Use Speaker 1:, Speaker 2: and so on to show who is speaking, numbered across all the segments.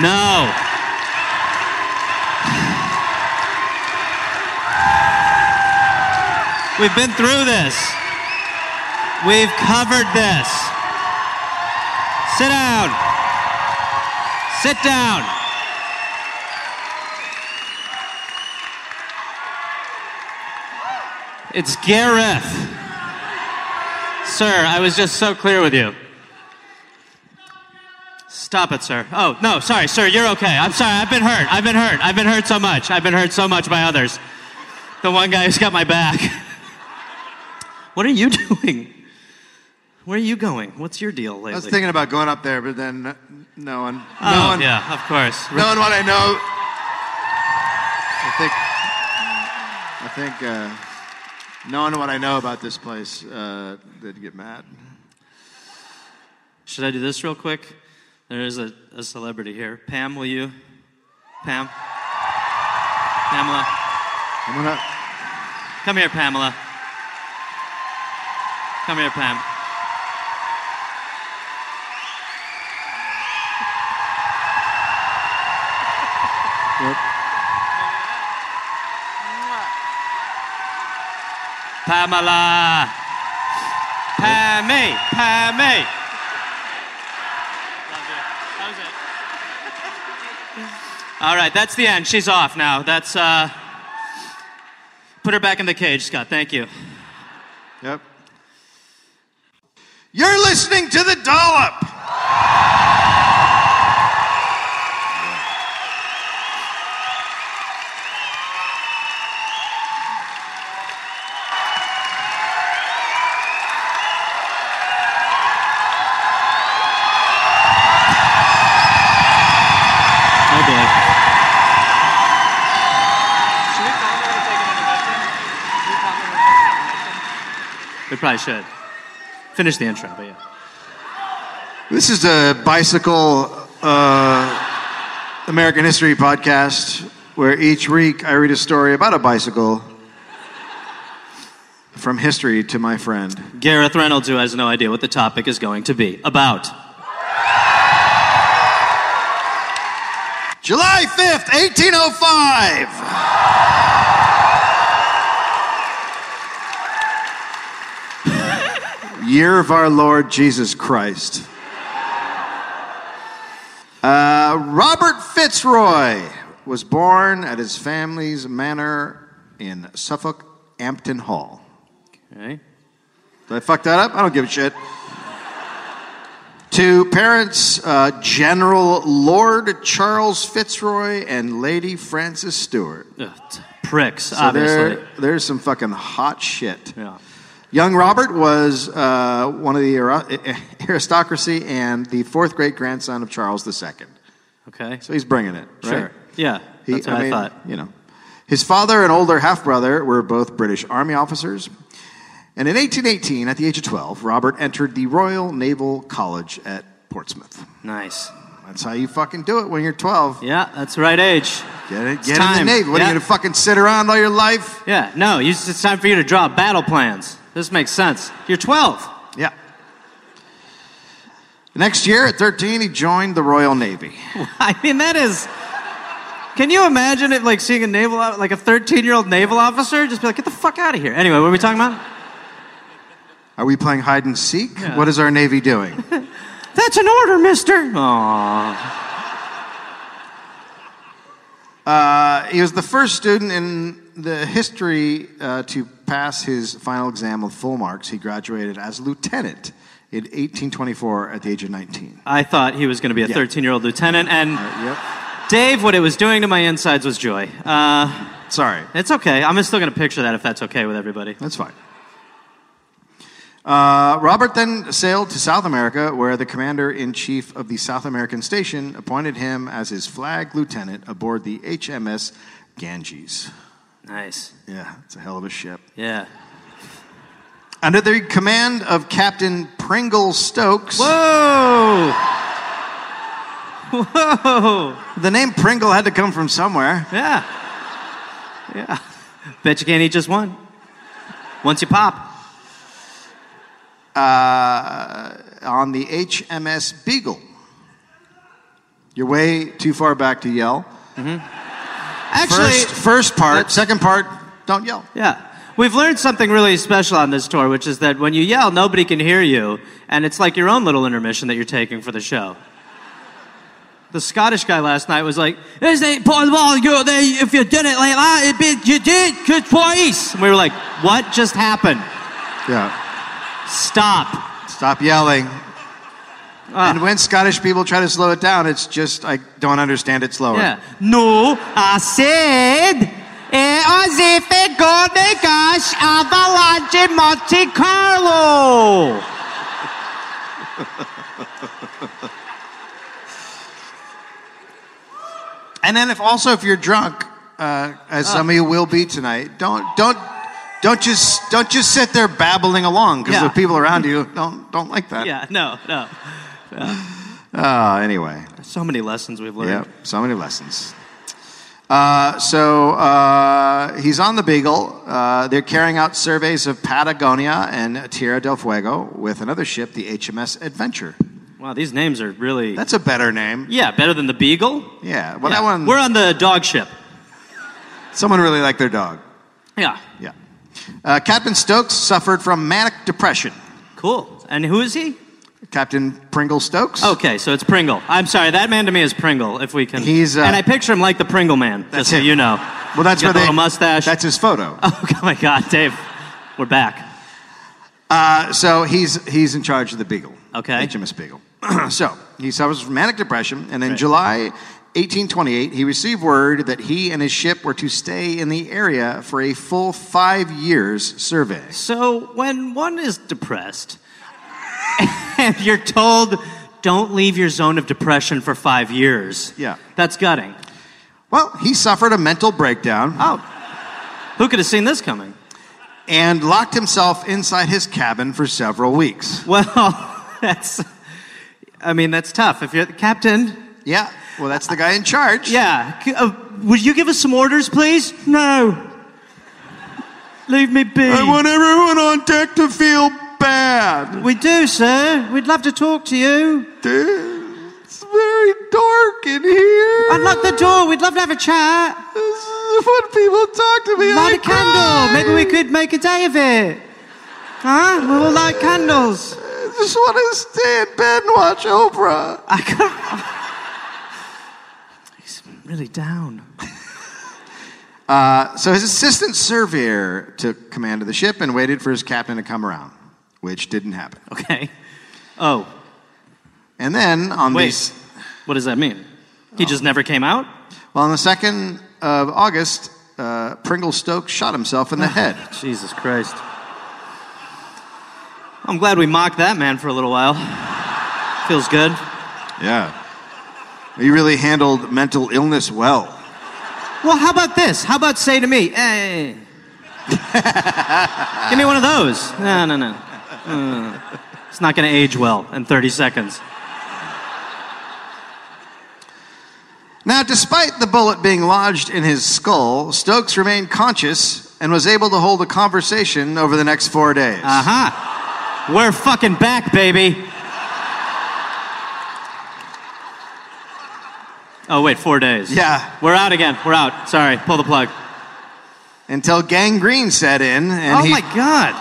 Speaker 1: No. We've been through this. We've covered this. Sit down. Sit down. It's Gareth. Sir, I was just so clear with you. Stop it, sir. Oh, no, sorry, sir, you're okay. I'm sorry, I've been hurt. I've been hurt. I've been hurt so much. I've been hurt so much by others. The one guy who's got my back. what are you doing? Where are you going? What's your deal lately?
Speaker 2: I was thinking about going up there, but then n- no one, no
Speaker 1: oh,
Speaker 2: one,
Speaker 1: yeah, of course.
Speaker 2: no one, what I know. I think, I think, uh, knowing what I know about this place, uh, they'd get mad.
Speaker 1: Should I do this real quick? There is a, a celebrity here. Pam, will you? Pam? Pamela?
Speaker 2: I'm gonna,
Speaker 1: Come here, Pamela. Come here, Pam.
Speaker 2: yep.
Speaker 1: Pamela. Pammy. Pammy. All right, that's the end. She's off now. That's uh put her back in the cage, Scott. Thank you.
Speaker 2: Yep. You're listening to the dollop.
Speaker 1: No boy.
Speaker 3: Should we call her to take an intervention? Should we call her to take an intervention?
Speaker 1: We probably should. Finish the intro, but yeah.
Speaker 2: This is a bicycle uh, American history podcast where each week I read a story about a bicycle from history to my friend.
Speaker 1: Gareth Reynolds, who has no idea what the topic is going to be about.
Speaker 2: July oh 5th, 1805. Year of our Lord Jesus Christ. Uh, Robert Fitzroy was born at his family's manor in Suffolk, Ampton Hall.
Speaker 1: Okay.
Speaker 2: Did I fuck that up? I don't give a shit. to parents uh, General Lord Charles Fitzroy and Lady Frances Stewart.
Speaker 1: Ugh, t- pricks,
Speaker 2: So
Speaker 1: obviously.
Speaker 2: there, there's some fucking hot shit.
Speaker 1: Yeah.
Speaker 2: Young Robert was uh, one of the ara- aristocracy and the fourth great grandson of Charles II.
Speaker 1: Okay.
Speaker 2: So he's bringing it, right?
Speaker 1: Sure. Yeah.
Speaker 2: He-
Speaker 1: That's what I,
Speaker 2: mean,
Speaker 1: thought.
Speaker 2: You know, his father and older half brother were both British Army officers. And in 1818, at the age of 12, Robert entered the Royal Naval College at Portsmouth.
Speaker 1: Nice.
Speaker 2: That's how you fucking do it when you're 12.
Speaker 1: Yeah, that's right age.
Speaker 2: Get, it,
Speaker 1: It's
Speaker 2: get in
Speaker 1: time.
Speaker 2: the Navy. What are
Speaker 1: Yeah.
Speaker 2: you going to fucking sit around all your life?
Speaker 1: Yeah, no, you, it's time for you to draw battle plans. This makes sense. You're 12.
Speaker 2: Yeah. Next year, at 13, he joined the Royal Navy.
Speaker 1: I mean, that is. Can you imagine it like seeing a naval, o- like a 13 year old naval officer just be like, get the fuck out of here? Anyway, what are we talking about?
Speaker 2: Are we playing hide and seek?
Speaker 1: Yeah.
Speaker 2: What is our Navy doing?
Speaker 1: That's an order, mister. Aww.
Speaker 2: Uh, he was the first student in the history uh, to pass his final exam with full marks. He graduated as lieutenant in 1824 at the age of 19.
Speaker 1: I thought he was going to be a
Speaker 2: Yeah.
Speaker 1: 13 year old lieutenant, and
Speaker 2: Yep.
Speaker 1: Dave, what it was doing to my insides was joy. Uh,
Speaker 2: Sorry.
Speaker 1: it's okay. I'm still going to picture that if that's okay with everybody.
Speaker 2: That's fine. Uh, Robert then sailed to South America, where the commander in chief of the South American station appointed him as his flag lieutenant aboard the HMS Ganges.
Speaker 1: Nice.
Speaker 2: Yeah, it's a hell of a ship.
Speaker 1: Yeah.
Speaker 2: Under the command of Captain Pringle Stokes.
Speaker 1: Whoa! Whoa!
Speaker 2: The name Pringle had to come from somewhere.
Speaker 1: Yeah. Yeah. Bet you can't eat just one. Once you pop.
Speaker 2: Uh, on the HMS Beagle. You're way too far back to yell.
Speaker 1: Actually,
Speaker 2: First, first part.
Speaker 1: that's-
Speaker 2: Second part, don't yell.
Speaker 1: Yeah. We've learned something really special on this tour, which is that when you yell, nobody can hear you, and it's like your own little intermission that you're taking for the show. The Scottish guy last night was like, "This ain't Paul Wall. You, they, if you did it like that, it'd be you did good twice." And we were like, "What just happened?
Speaker 2: Yeah.
Speaker 1: Stop!"
Speaker 2: Stop yelling.
Speaker 1: Ah.
Speaker 2: And when Scottish people try to slow it down, it's just, I don't understand it slower.
Speaker 1: Yeah. No, I said. It was if it got the gosh avalanche in Monte Carlo.
Speaker 2: And then if also if you're drunk, uh, as
Speaker 1: Ah.
Speaker 2: some of you will be tonight, don't don't don't just don't just sit there babbling along because
Speaker 1: Yeah.
Speaker 2: the people around you don't don't like that.
Speaker 1: Yeah. No. No.
Speaker 2: Uh, anyway,
Speaker 1: So many lessons we've learned.
Speaker 2: yeah, so many lessons. Uh, so uh, he's on the Beagle. Uh, they're carrying out surveys of Patagonia and Tierra del Fuego with another ship, the HMS Adventure.
Speaker 1: Wow, these names are really.
Speaker 2: That's a better name.
Speaker 1: yeah, better than the Beagle.
Speaker 2: Yeah. Well,
Speaker 1: Yeah.
Speaker 2: that one.
Speaker 1: We're on the dog ship.
Speaker 2: someone really liked their dog.
Speaker 1: Yeah,
Speaker 2: Yeah. Uh, Captain Stokes suffered from manic depression.
Speaker 1: cool. And who is he?
Speaker 2: Captain Pringle Stokes.
Speaker 1: Okay, so it's Pringle. I'm sorry, that man to me is Pringle. If we can.
Speaker 2: He's, uh,
Speaker 1: and I picture him like the Pringle man. just
Speaker 2: That's
Speaker 1: so
Speaker 2: him.
Speaker 1: you know.
Speaker 2: well, that's
Speaker 1: He's got the
Speaker 2: where they
Speaker 1: little mustache.
Speaker 2: That's his photo.
Speaker 1: Oh my God, Dave, we're back.
Speaker 2: Uh, so he's he's in charge of the Beagle.
Speaker 1: Okay.
Speaker 2: HMS Beagle. so he suffers from manic depression, and in
Speaker 1: Right.
Speaker 2: July 1828, he received word that he and his ship were to stay in the area for a full five years surveying.
Speaker 1: So when one is depressed, and you're told, "Don't leave your zone of depression for five years."
Speaker 2: Yeah.
Speaker 1: that's gutting.
Speaker 2: Well, he suffered a mental breakdown
Speaker 1: Oh, who could have seen this coming?
Speaker 2: and locked himself inside his cabin for several weeks.
Speaker 1: Well, that's. I mean, that's tough. If you're the captain,
Speaker 2: Yeah. Well, that's the guy in charge.
Speaker 1: yeah. C- Uh, would you give us some orders, please? No. Leave me be.
Speaker 2: I want everyone on deck to feel bad.
Speaker 1: we do, sir. We'd love to talk to you.
Speaker 2: It's very dark in here.
Speaker 1: Unlock the door. We'd love to have a chat.
Speaker 2: When people talk to me,
Speaker 1: Light a candle. Maybe we could make a day of it. Huh? We'll all light candles.
Speaker 2: just want to stay in bed and watch Oprah.
Speaker 1: I can't. He's really down.
Speaker 2: Uh, so his assistant surveyor took command of the ship and waited for his captain to come around, which didn't happen.
Speaker 1: Okay. Oh,
Speaker 2: And then on the
Speaker 1: wait.
Speaker 2: s-
Speaker 1: What does that mean? He just never came out?
Speaker 2: well, on the second of August, uh, Pringle Stokes shot himself in the head.
Speaker 1: Jesus Christ. I'm glad we mocked that man for a little while. Feels good.
Speaker 2: Yeah, he really handled mental illness well.
Speaker 1: Well, how about this? How about say to me, hey. Give me one of those. No, no, no. Mm. It's not going to age well in 30 seconds.
Speaker 2: Now, despite the bullet being lodged in his skull, Stokes remained conscious and was able to hold a conversation over the next four days.
Speaker 1: Uh huh. We're Uh-huh. fucking back, baby. Oh, wait, four days.
Speaker 2: Yeah.
Speaker 1: We're out again. We're out. Sorry. Pull the plug.
Speaker 2: Until gangrene set in and
Speaker 1: oh
Speaker 2: he
Speaker 1: my god!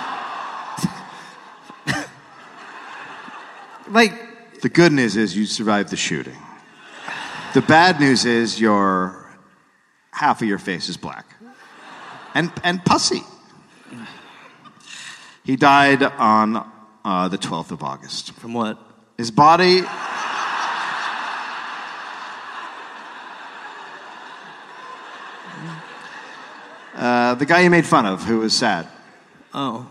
Speaker 1: like,
Speaker 2: The good news is you survived the shooting. The bad news is your half of your face is black and and pussy. He died on uh, the 12th of August.
Speaker 1: from what?
Speaker 2: His body. Uh, the guy you made fun of, who was sad.
Speaker 1: Oh,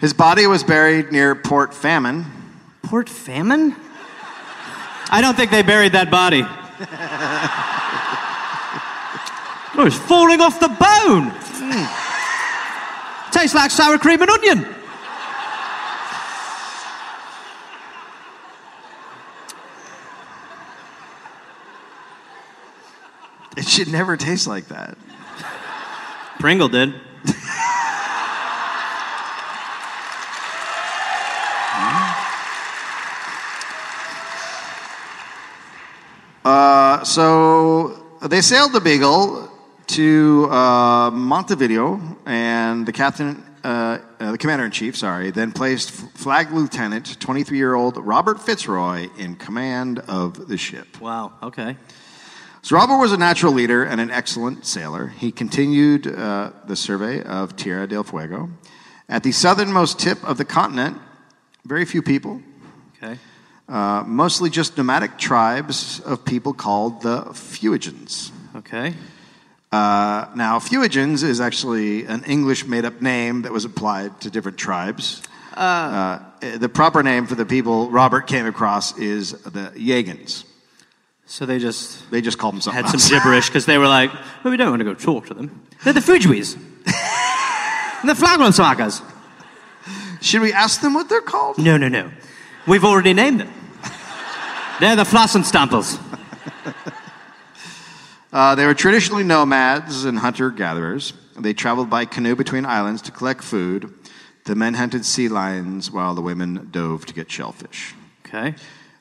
Speaker 2: His body was buried near Port Famine.
Speaker 1: Port Famine. I don't think they buried that body. oh, it's falling off the bone. Mm. Tastes like sour cream and onion.
Speaker 2: It should never taste like that.
Speaker 1: Pringle did.
Speaker 2: Uh, so they sailed the Beagle to uh, Montevideo, and the captain, uh, uh, the commander in chief, sorry, then placed F- Flag Lieutenant, 23 year old Robert Fitzroy, in command of the ship.
Speaker 1: Wow. Okay.
Speaker 2: So Robert was a natural leader and an excellent sailor. He continued uh, the survey of Tierra del Fuego. At the southernmost tip of the continent, very few people,
Speaker 1: Okay.
Speaker 2: uh, mostly just nomadic tribes of people called the Fuegians.
Speaker 1: Okay.
Speaker 2: Uh, now, Fuegians is actually an English made up name that was applied to different tribes. Uh, the proper name for the people Robert came across is the Yagans.
Speaker 1: So they just
Speaker 2: They just called them something
Speaker 1: had some
Speaker 2: else.
Speaker 1: gibberish because they were like, well, we don't want to go talk to them. They're the Fujiwis. and the Flagrantsmakers.
Speaker 2: Should we ask them what they're called?
Speaker 1: No, no, no. We've already named them. They're the Flassenstampels.
Speaker 2: Uh, they were traditionally nomads and hunter gatherers. They traveled by canoe between islands to collect food. The men hunted sea lions while the women dove to get shellfish.
Speaker 1: Okay.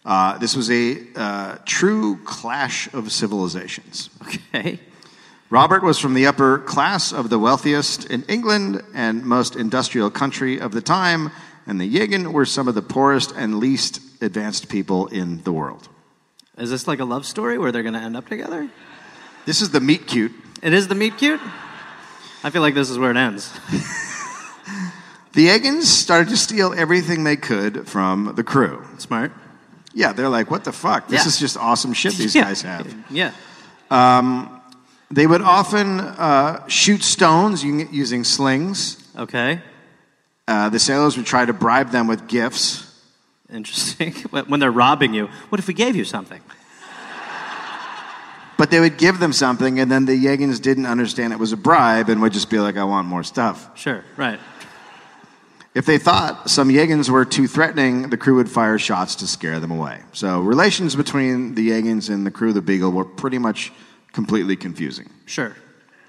Speaker 2: Uh, this was a uh, true clash of civilizations.
Speaker 1: Okay.
Speaker 2: Robert was from the upper class of the wealthiest in England and most industrial country of the time, and the Yagin were some of the poorest and least advanced people in the world.
Speaker 1: Is this like a love story where they're going to end up together?
Speaker 2: This is the meat cute.
Speaker 1: It is the meet cute? I feel like this is where it ends.
Speaker 2: The Yagins started to steal everything they could from the crew.
Speaker 1: Smart.
Speaker 2: Yeah, they're like, what the fuck? This
Speaker 1: Yeah.
Speaker 2: is just awesome shit these
Speaker 1: Yeah.
Speaker 2: guys have.
Speaker 1: Yeah.
Speaker 2: They would often uh, shoot stones u- using slings.
Speaker 1: Okay.
Speaker 2: Uh, the sailors would try to bribe them with gifts.
Speaker 1: Interesting. When when they're robbing you, what if we gave you something?
Speaker 2: But they would give them something, and then the Yagans didn't understand it was a bribe and would just be like, I want more stuff.
Speaker 1: Sure. Right.
Speaker 2: If they thought some Yagans were too threatening, the crew would fire shots to scare them away. So relations between the Yagans and the crew of the Beagle were pretty much completely confusing.
Speaker 1: Sure.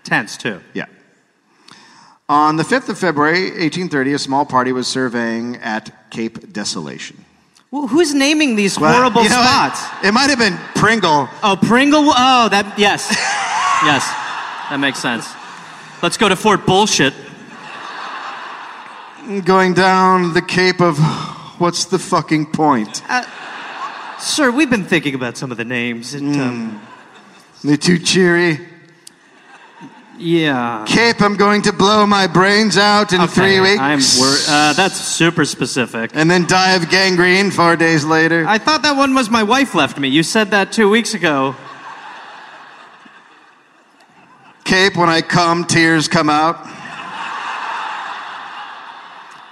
Speaker 1: Tense, too.
Speaker 2: Yeah. On the 5th of February, 1830, a small party was surveying at Cape Desolation.
Speaker 1: Well, who's naming these
Speaker 2: Well,
Speaker 1: horrible
Speaker 2: you know what?
Speaker 1: spots?
Speaker 2: It might have been Pringle.
Speaker 1: Oh, Pringle. Oh, that yes, yes, that makes sense. Let's go to Fort Bullshit.
Speaker 2: Going down the Cape of what's the fucking point?
Speaker 1: Uh, Sir, we've been thinking about some of the names. And, um,
Speaker 2: They're too cheery. Mm.
Speaker 1: yeah.
Speaker 2: Cape, I'm going to blow my brains out in
Speaker 1: Okay,
Speaker 2: three weeks. Uh,
Speaker 1: I'm wor- uh, that's super specific.
Speaker 2: and then die of gangrene four days later.
Speaker 1: I thought that one was my wife left me. You said that two weeks ago.
Speaker 2: Cape, when I come, tears come out.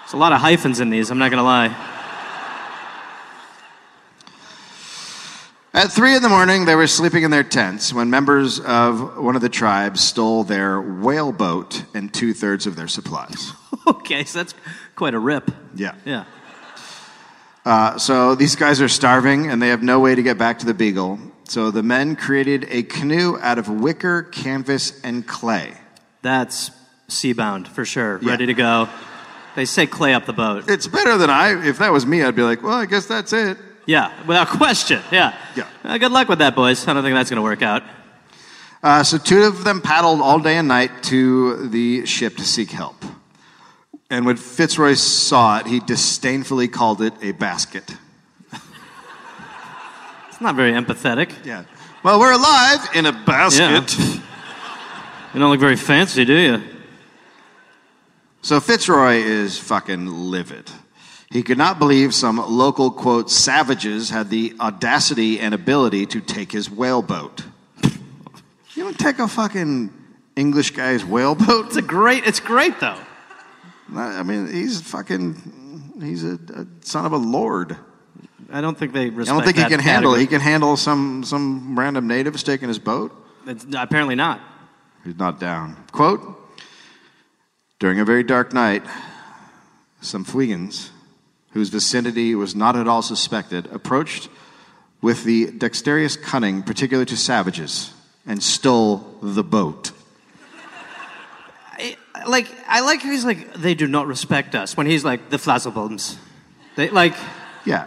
Speaker 1: There's a lot of hyphens in these. I'm not gonna lie.
Speaker 2: At three in the morning, they were sleeping in their tents when members of one of the tribes stole their whale boat and two thirds of their supplies.
Speaker 1: okay, so that's quite a rip.
Speaker 2: Yeah.
Speaker 1: Yeah.
Speaker 2: Uh, so these guys are starving and they have no way to get back to the Beagle. So the men created a canoe out of wicker, canvas, and clay.
Speaker 1: That's sea-bound for sure.
Speaker 2: Yeah.
Speaker 1: Ready to go. They say clay up the boat.
Speaker 2: It's better than I. If that was me, I'd be like, well, I guess that's it.
Speaker 1: Yeah, without question. Yeah.
Speaker 2: Yeah.
Speaker 1: Uh, good luck with that, boys. I don't think that's going to work out.
Speaker 2: Uh, so two of them paddled all day and night to the ship to seek help. And when Fitzroy saw it, he disdainfully called it a basket.
Speaker 1: It's not very empathetic.
Speaker 2: Yeah. Well, we're alive in a basket.
Speaker 1: You don't look very fancy, do you?
Speaker 2: So Fitzroy is fucking livid. He could not believe some local, quote, savages had the audacity and ability to take his whale boat. You don't take a fucking English guy's whale boat?
Speaker 1: It's a great. It's great though.
Speaker 2: I mean, he's fucking, he's a, a son of a lord.
Speaker 1: I don't think they
Speaker 2: I
Speaker 1: respect.
Speaker 2: don't think he
Speaker 1: that
Speaker 2: can handle it. He
Speaker 1: category.
Speaker 2: can handle some, some random natives taking his boat.
Speaker 1: It's, apparently not.
Speaker 2: He's not down. Quote During a very dark night, some Fuegans, whose vicinity was not at all suspected, approached with the dexterous cunning particular to savages and stole the boat.
Speaker 1: I, like I like how he's like they do not respect us when he's like the flasselbums. They like
Speaker 2: Yeah.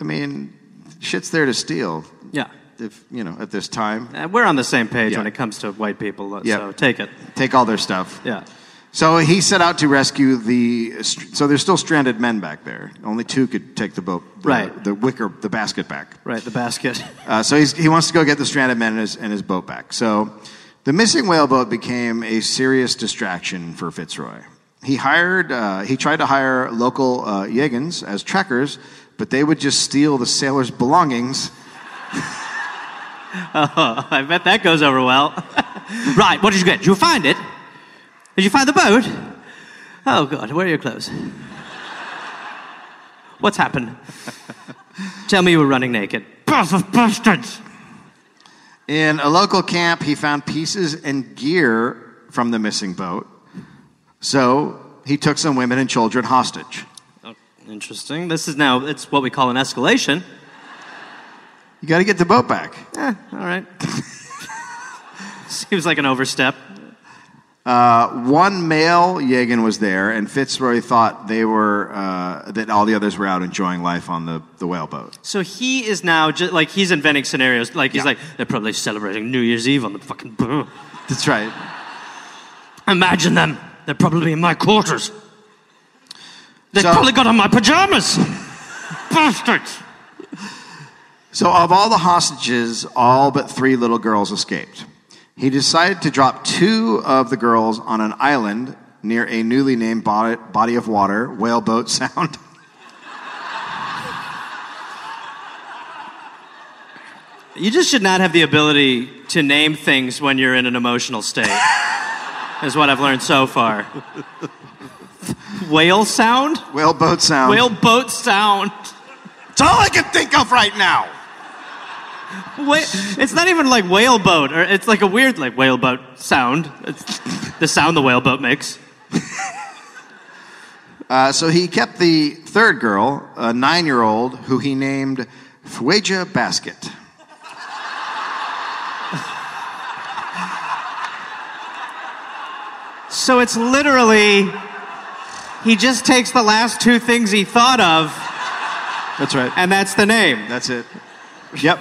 Speaker 2: I mean, shit's there to steal.
Speaker 1: yeah.
Speaker 2: if you know at this time.
Speaker 1: Uh, We're on the same page
Speaker 2: Yeah.
Speaker 1: when it comes to white people, uh,
Speaker 2: Yeah.
Speaker 1: so take it.
Speaker 2: Take all their stuff.
Speaker 1: Yeah.
Speaker 2: So he set out to rescue the. So there's still stranded men back there. Only two could take the boat. the-
Speaker 1: Right.
Speaker 2: The wicker, the basket back.
Speaker 1: Right, the basket.
Speaker 2: Uh, so he's, he wants to go get the stranded men and his, and his boat back. So the missing whaleboat became a serious distraction for Fitzroy. He hired, uh, he tried to hire local uh, Yegans as trackers, but they would just steal the sailors' belongings.
Speaker 1: Oh, I bet that goes over well. right, what did you get? Did you find it? Did you find the boat? Oh, God, where are your clothes? What's happened? Tell me you were running naked. Both of bastards!
Speaker 2: In a local camp, he found pieces and gear from the missing boat. So he took some women and children hostage.
Speaker 1: Oh, interesting. This is now, it's what we call an escalation.
Speaker 2: You got to get the boat back.
Speaker 1: Eh, all right. Seems like an overstep.
Speaker 2: Uh, one male Yegan was there, and Fitzroy thought they were uh, that all the others were out enjoying life on the, the whaleboat.
Speaker 1: So he is now just like he's inventing scenarios. Like he's
Speaker 2: Yeah.
Speaker 1: like they're probably celebrating New Year's Eve on the fucking boat.
Speaker 2: That's right.
Speaker 1: Imagine them. They're probably in my quarters. They've
Speaker 2: So-
Speaker 1: probably got on my pajamas. Bastards.
Speaker 2: So, of all the hostages, all but three little girls escaped. He decided to drop two of the girls on an island near a newly named bod- body of water, Whaleboat Sound.
Speaker 1: You just should not have the ability to name things when you're in an emotional state, is what I've learned so far. Whale sound?
Speaker 2: Whaleboat Sound.
Speaker 1: Whale boat sound.
Speaker 2: it's all I can think of right now.
Speaker 1: Wha- it's not even like whale boat, or it's like a weird like whale boat sound. It's the sound the whale boat makes.
Speaker 2: Uh, so he kept the third girl, a nine-year-old, who he named Fueja Basket.
Speaker 1: So it's literally he just takes the last two things he thought of,
Speaker 2: That's right.
Speaker 1: and that's the name.
Speaker 2: That's it. Yep.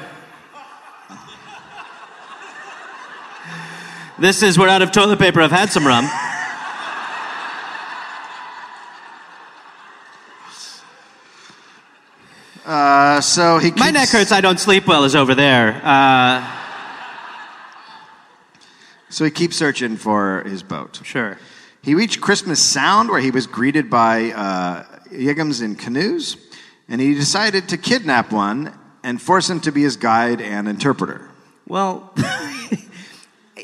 Speaker 1: This is we're out of toilet paper. I've had some rum.
Speaker 2: Uh, so he keeps,
Speaker 1: My neck hurts. I don't sleep well. Is over there. Uh,
Speaker 2: So he keeps searching for his boat.
Speaker 1: sure.
Speaker 2: He reached Christmas Sound, where he was greeted by uh, Yegums in canoes, and he decided to kidnap one and force him to be his guide and interpreter.
Speaker 1: Well,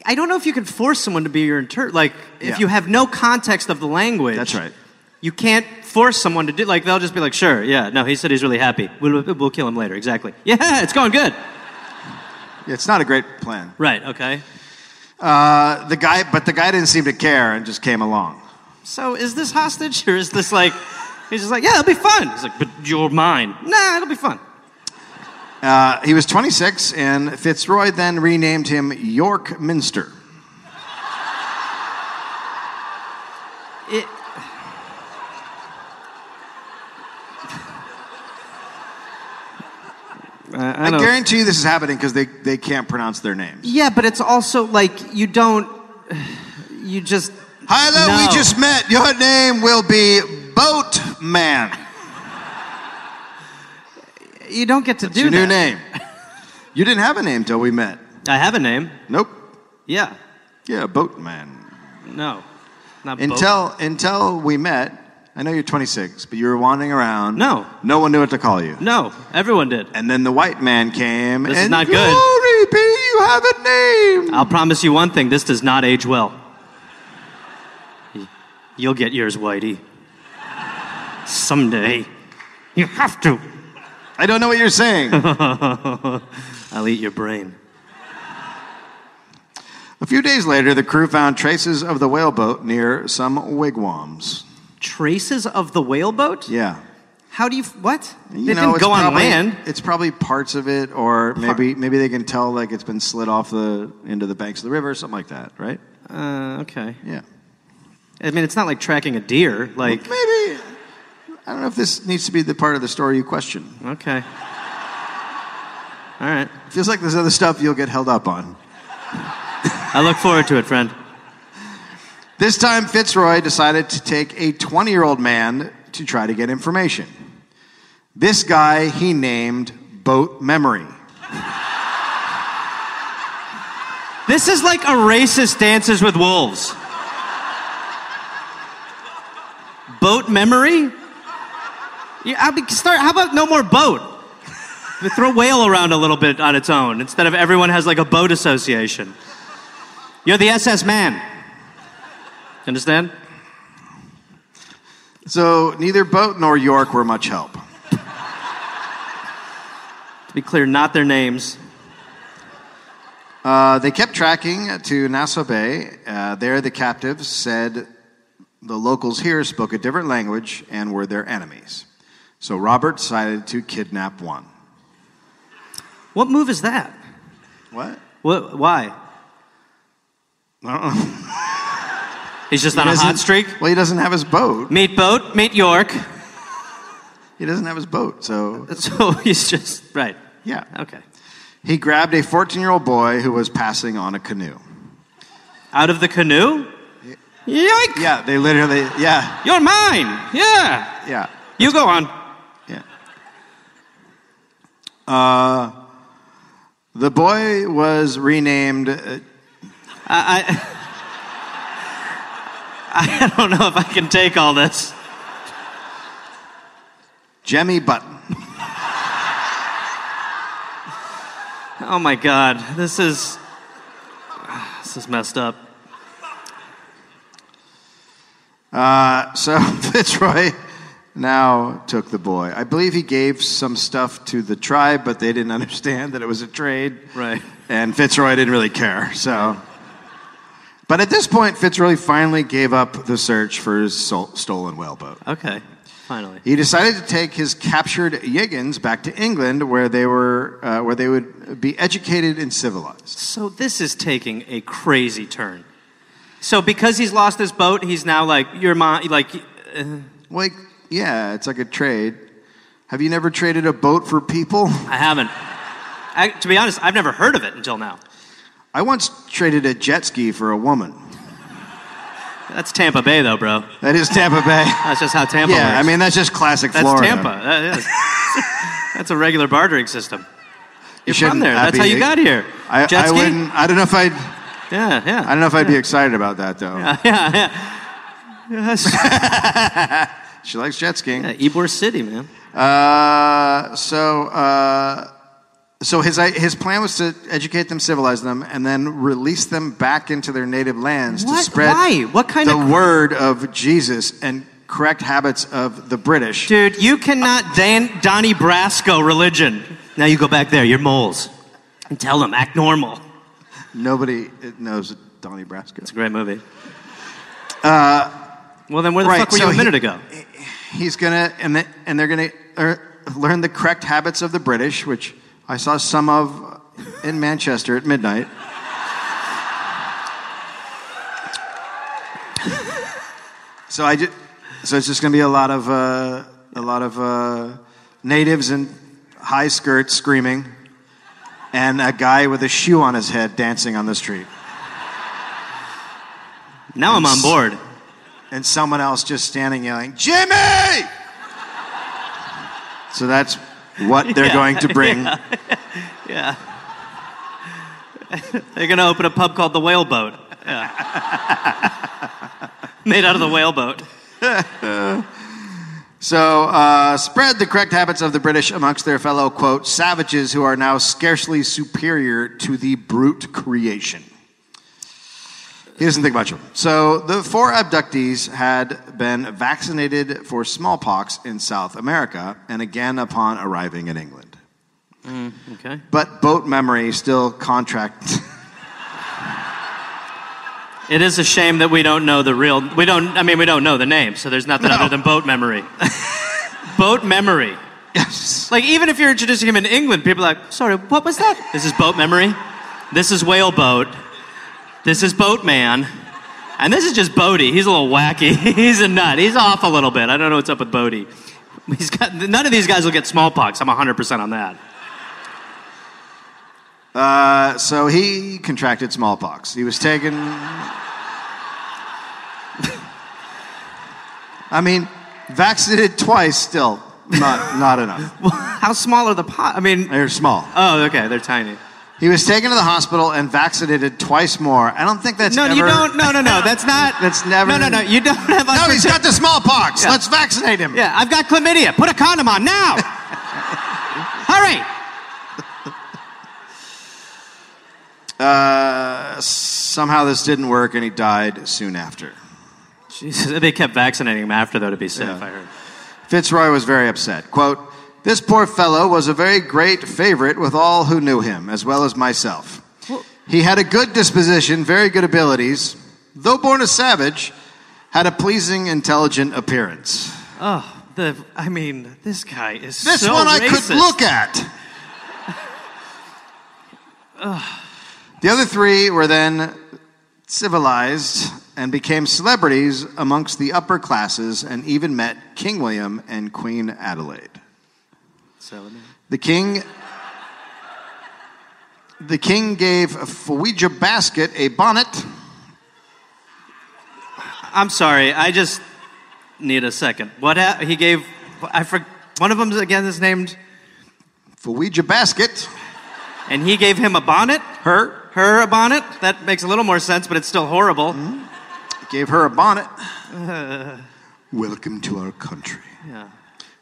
Speaker 1: I don't know if you can force someone to be your inter. Like if
Speaker 2: Yeah.
Speaker 1: you have no context of the language.
Speaker 2: That's right.
Speaker 1: You can't force someone to do like they'll just be like, sure, yeah, no, he said he's really happy. We'll, we'll kill him later. Exactly. Yeah, it's going good.
Speaker 2: It's not a great plan.
Speaker 1: Right. Okay.
Speaker 2: Uh, the guy, but the guy didn't seem to care and just came along.
Speaker 1: So is this hostage or is this like? He's just like, yeah, it'll be fun. He's like, but you're mine. Nah, it'll be fun.
Speaker 2: Uh, he was 26, and Fitzroy then renamed him York Minster.
Speaker 1: It... I,
Speaker 2: I,
Speaker 1: don't-
Speaker 2: guarantee you this is happening because they, they can't pronounce their names.
Speaker 1: Yeah, but it's also like you don't. You just.
Speaker 2: Hello,
Speaker 1: No.
Speaker 2: we just met. Your name will be Boatman.
Speaker 1: You don't get to do
Speaker 2: Your
Speaker 1: that.
Speaker 2: new name. You didn't have a name till we met.
Speaker 1: I have a name.
Speaker 2: Nope.
Speaker 1: Yeah.
Speaker 2: Yeah, Boatman.
Speaker 1: No. Not both.
Speaker 2: Until until we met, I know you're 26, but you were wandering around.
Speaker 1: No.
Speaker 2: No one knew what to call you.
Speaker 1: No, everyone did.
Speaker 2: And then the white man came.
Speaker 1: This is
Speaker 2: and
Speaker 1: not good.
Speaker 2: Glory be, you have a name.
Speaker 1: I'll promise you one thing this does not age well. Y- You'll get yours, Whitey. Someday. You have to.
Speaker 2: I don't know what you're saying.
Speaker 1: I'll eat your brain.
Speaker 2: a few days later, the crew found traces of the whaleboat near some wigwams.
Speaker 1: Traces of the whale boat?
Speaker 2: Yeah.
Speaker 1: How do you. f- What?
Speaker 2: You
Speaker 1: it
Speaker 2: know,
Speaker 1: didn't
Speaker 2: it's
Speaker 1: go on
Speaker 2: probably-
Speaker 1: land.
Speaker 2: It's probably parts of it, or maybe maybe they can tell like it's been slid off the into the banks of the river, something like that, right?
Speaker 1: Uh, okay.
Speaker 2: Yeah.
Speaker 1: I mean, it's not like tracking a deer. Like,
Speaker 2: Maybe. I don't know if this needs to be the part of the story you question.
Speaker 1: okay. All right.
Speaker 2: Feels like there's other stuff you'll get held up on.
Speaker 1: I look forward to it, friend.
Speaker 2: This time, Fitzroy decided to take a 20 year old man to try to get information. This guy he named Boat Memory.
Speaker 1: This is like a racist Dances with Wolves. Boat memory? Yeah, I'll be, start, how about no more boat? They Throw whale around a little bit on its own instead of everyone has like a boat association. You're the SS man. Understand?
Speaker 2: So, neither Boat nor York were much help.
Speaker 1: To be clear, not their names.
Speaker 2: Uh, they kept tracking to Nassau Bay. Uh, there, the captives said the locals here spoke a different language and were their enemies. So Robert decided to kidnap one.
Speaker 1: What move is that?
Speaker 2: What?
Speaker 1: What, why?
Speaker 2: I don't know.
Speaker 1: He's just on a
Speaker 2: Doesn't-
Speaker 1: hot streak?
Speaker 2: Well, he doesn't have his boat.
Speaker 1: Meet boat, meet York.
Speaker 2: He doesn't have his boat. So,
Speaker 1: So he's just, right.
Speaker 2: yeah.
Speaker 1: Okay.
Speaker 2: He grabbed a 14 year old boy who was passing on a canoe.
Speaker 1: Out of the canoe? Yoink!
Speaker 2: Yeah, they literally, yeah,
Speaker 1: You're mine! Yeah!
Speaker 2: yeah,
Speaker 1: You go on.
Speaker 2: yeah. Uh, the boy was renamed. Uh,
Speaker 1: I, I, I don't know if I can take all this.
Speaker 2: Jemmy Button.
Speaker 1: Oh my god, this is this is messed up.
Speaker 2: Uh, so Fitzroy now took the boy. I believe he gave some stuff to the tribe, but they didn't understand that it was a trade.
Speaker 1: Right.
Speaker 2: And Fitzroy didn't really care. So. But at this point, Fitzroy finally gave up the search for his sol- stolen whaleboat.
Speaker 1: Okay, finally.
Speaker 2: He decided to take his captured Yiggins back to England, where they were, uh, where they would be educated and civilized.
Speaker 1: So this is taking a crazy turn. So because he's lost his boat, he's now like your mom. Like uh,
Speaker 2: Like, yeah, it's like a trade. Have you never traded a boat for people?
Speaker 1: I haven't. I, to be honest, I've never heard of it until now.
Speaker 2: I once traded a jet ski for a woman.
Speaker 1: That's Tampa Bay, though, bro.
Speaker 2: That is Tampa Bay.
Speaker 1: That's just how Tampa.
Speaker 2: Yeah, I
Speaker 1: works.
Speaker 2: mean that's just classic
Speaker 1: that's
Speaker 2: Florida.
Speaker 1: Tampa. That is. that's a regular bartering system.
Speaker 2: You
Speaker 1: You're from
Speaker 2: shouldn't-
Speaker 1: there.
Speaker 2: I'd
Speaker 1: That's how
Speaker 2: be-
Speaker 1: you got here.
Speaker 2: I,
Speaker 1: Jet
Speaker 2: I
Speaker 1: ski.
Speaker 2: wouldn't. I don't know if I'd. I
Speaker 1: Yeah, yeah.
Speaker 2: don't know if I'd be excited about that though.
Speaker 1: yeah, yeah. Yes.
Speaker 2: She likes jet skiing.
Speaker 1: yeah, Ybor City, man.
Speaker 2: Uh, so, uh, so his uh, his plan was to educate them, civilize them, and then release them back into their native lands to
Speaker 1: What?
Speaker 2: spread
Speaker 1: Why? What kind
Speaker 2: the
Speaker 1: of-
Speaker 2: word of Jesus and correct habits of the British.
Speaker 1: Dude, you cannot Dan- Donnie Brasco religion. Now you go back there, you're moles. And tell them, act normal.
Speaker 2: Nobody knows Donnie Brasco.
Speaker 1: It's a great movie. well, then where the
Speaker 2: Uh, right,
Speaker 1: fuck were
Speaker 2: so
Speaker 1: you a
Speaker 2: he-
Speaker 1: minute ago?
Speaker 2: he's gonna and the, and they're gonna er, learn the correct habits of the British, which I saw some of in Manchester at midnight. so I just, so it's just gonna be a lot of uh, a lot of uh, natives in high skirts screaming, and a guy with a shoe on his head dancing on the street,
Speaker 1: Now I'm on board.
Speaker 2: and someone else just standing yelling, "Jimmy!" So that's what they're
Speaker 1: Yeah,
Speaker 2: going to bring.
Speaker 1: Yeah. They're going to open a pub called the Whale Boat. Yeah. Made out of the whale boat.
Speaker 2: So, uh, spread the correct habits of the British amongst their fellow, quote, savages who are now scarcely superior to the brute creation. He doesn't think much of them. So, the four abductees had been vaccinated for smallpox in South America and again upon arriving in England.
Speaker 1: Okay.
Speaker 2: But boat memory still contract.
Speaker 1: It is a shame that we don't know the real. We don't. I mean, we don't know the name, so there's nothing other than boat memory. boat memory.
Speaker 2: yes.
Speaker 1: Like even if you're introducing him in England, people are like, "Sorry, what was that? This is boat memory. This is whale boat. This is boat man, and this is just Bodie. He's a little wacky. He's a nut. He's off a little bit. I don't know what's up with Bodie. He's got none of these guys will get smallpox. I'm 100 percent on that.
Speaker 2: Uh, so he contracted smallpox. He was taken. I mean, vaccinated twice, still not not enough.
Speaker 1: Well, how small are the pot? I mean,
Speaker 2: They're small.
Speaker 1: oh, okay, they're tiny.
Speaker 2: He was taken to the hospital and vaccinated twice more. I don't think that's
Speaker 1: No,
Speaker 2: ever...
Speaker 1: you don't. No, no, no. That's not.
Speaker 2: That's never-
Speaker 1: No, no, no. You don't have.
Speaker 2: No, he's
Speaker 1: unprotected-
Speaker 2: got the smallpox.
Speaker 1: Yeah.
Speaker 2: Let's vaccinate him.
Speaker 1: Yeah, I've got chlamydia. Put a condom on now. Hurry.
Speaker 2: Uh, somehow this didn't work, and he died soon after.
Speaker 1: Jesus, they kept vaccinating him after though to be safe.
Speaker 2: Yeah.
Speaker 1: I heard.
Speaker 2: Fitzroy was very upset. Quote, This poor fellow was a very great favorite with all who knew him, as well as myself. He had a good disposition, very good abilities, though born a savage, had a pleasing, intelligent appearance.
Speaker 1: Oh, the. I mean, this guy is
Speaker 2: This
Speaker 1: so
Speaker 2: one I
Speaker 1: racist.
Speaker 2: could look at. the other three were then civilized and became celebrities amongst the upper classes and even met King William and Queen Adelaide.
Speaker 1: So,
Speaker 2: The king The king gave Fawija Basket a bonnet.
Speaker 1: I'm sorry. I just need a second. What ha- he gave? I for, one of them again is named,
Speaker 2: Fawija Basket.
Speaker 1: and he gave him a bonnet. Her, Mm. her a bonnet. That makes a little more sense, but it's still horrible.
Speaker 2: gave her a bonnet. Welcome to our country.
Speaker 1: Yeah.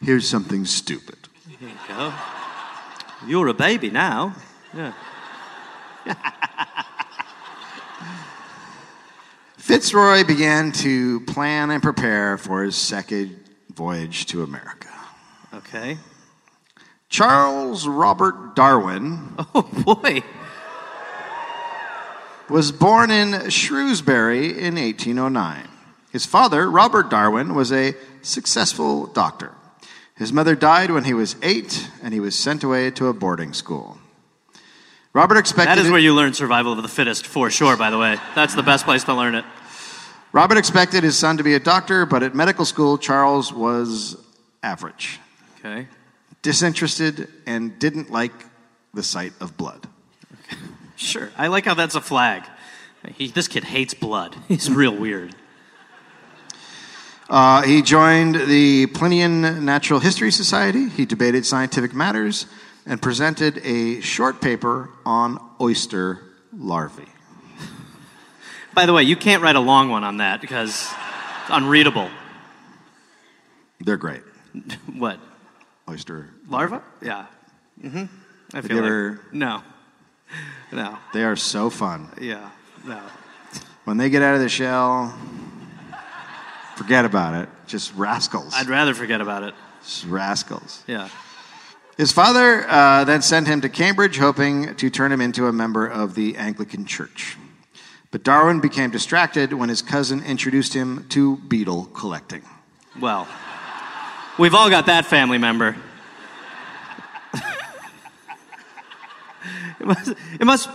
Speaker 2: Here's something stupid.
Speaker 1: There you go. You're a baby now. Yeah.
Speaker 2: Fitzroy began to plan and prepare for his second voyage to America.
Speaker 1: Okay.
Speaker 2: Charles Robert Darwin
Speaker 1: Oh boy.
Speaker 2: was born in Shrewsbury in 1809. His father, Robert Darwin, was a successful doctor. His mother died when he was eight, and he was sent away to a boarding school. Robert expected
Speaker 1: That is where you learn survival of the fittest for sure, by the way. That's the best place to learn it.
Speaker 2: Robert expected his son to be a doctor, but at medical school, Charles was average.
Speaker 1: Okay.
Speaker 2: disinterested and didn't like the sight of blood.
Speaker 1: Sure. I like how that's a flag. He, this kid hates blood. He's real weird.
Speaker 2: Uh, he joined the Plinian Natural History Society. He debated scientific matters and presented a short paper on oyster larvae.
Speaker 1: By the way, you can't write a long one on that because it's unreadable.
Speaker 2: They're great.
Speaker 1: What?
Speaker 2: Oyster.
Speaker 1: Larva? Yeah. Mm-hmm. I feel
Speaker 2: you
Speaker 1: like-
Speaker 2: ever-
Speaker 1: No. No.
Speaker 2: They are so fun.
Speaker 1: Yeah. No.
Speaker 2: When they get out of the shell, forget about it. Just rascals.
Speaker 1: I'd rather forget about it.
Speaker 2: Just rascals.
Speaker 1: Yeah.
Speaker 2: His father uh, then sent him to Cambridge, hoping to turn him into a member of the Anglican Church. But Darwin became distracted when his cousin introduced him to beetle collecting.
Speaker 1: Well, we've all got that family member. it, must, it must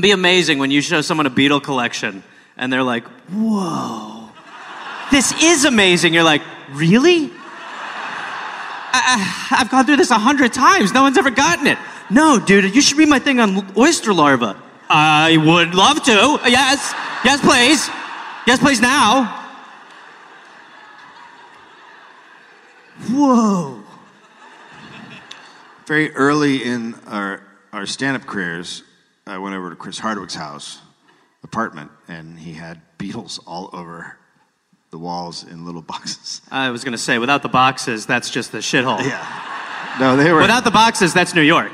Speaker 1: be amazing when you show someone a beetle collection and they're like, whoa, this is amazing. You're like, really? I, I, I've gone through this a hundred times. No one's ever gotten it. No, dude, you should read my thing on oyster larvae. I would love to. Yes. Yes, please. Yes, please, now. Whoa.
Speaker 2: Very early in our, our stand up careers, I went over to Chris Hardwick's house, apartment, and he had beetles all over the walls in little boxes.
Speaker 1: I was going to say, without the boxes, that's just the shithole.
Speaker 2: Yeah. No, they were.
Speaker 1: Without the boxes, that's New York.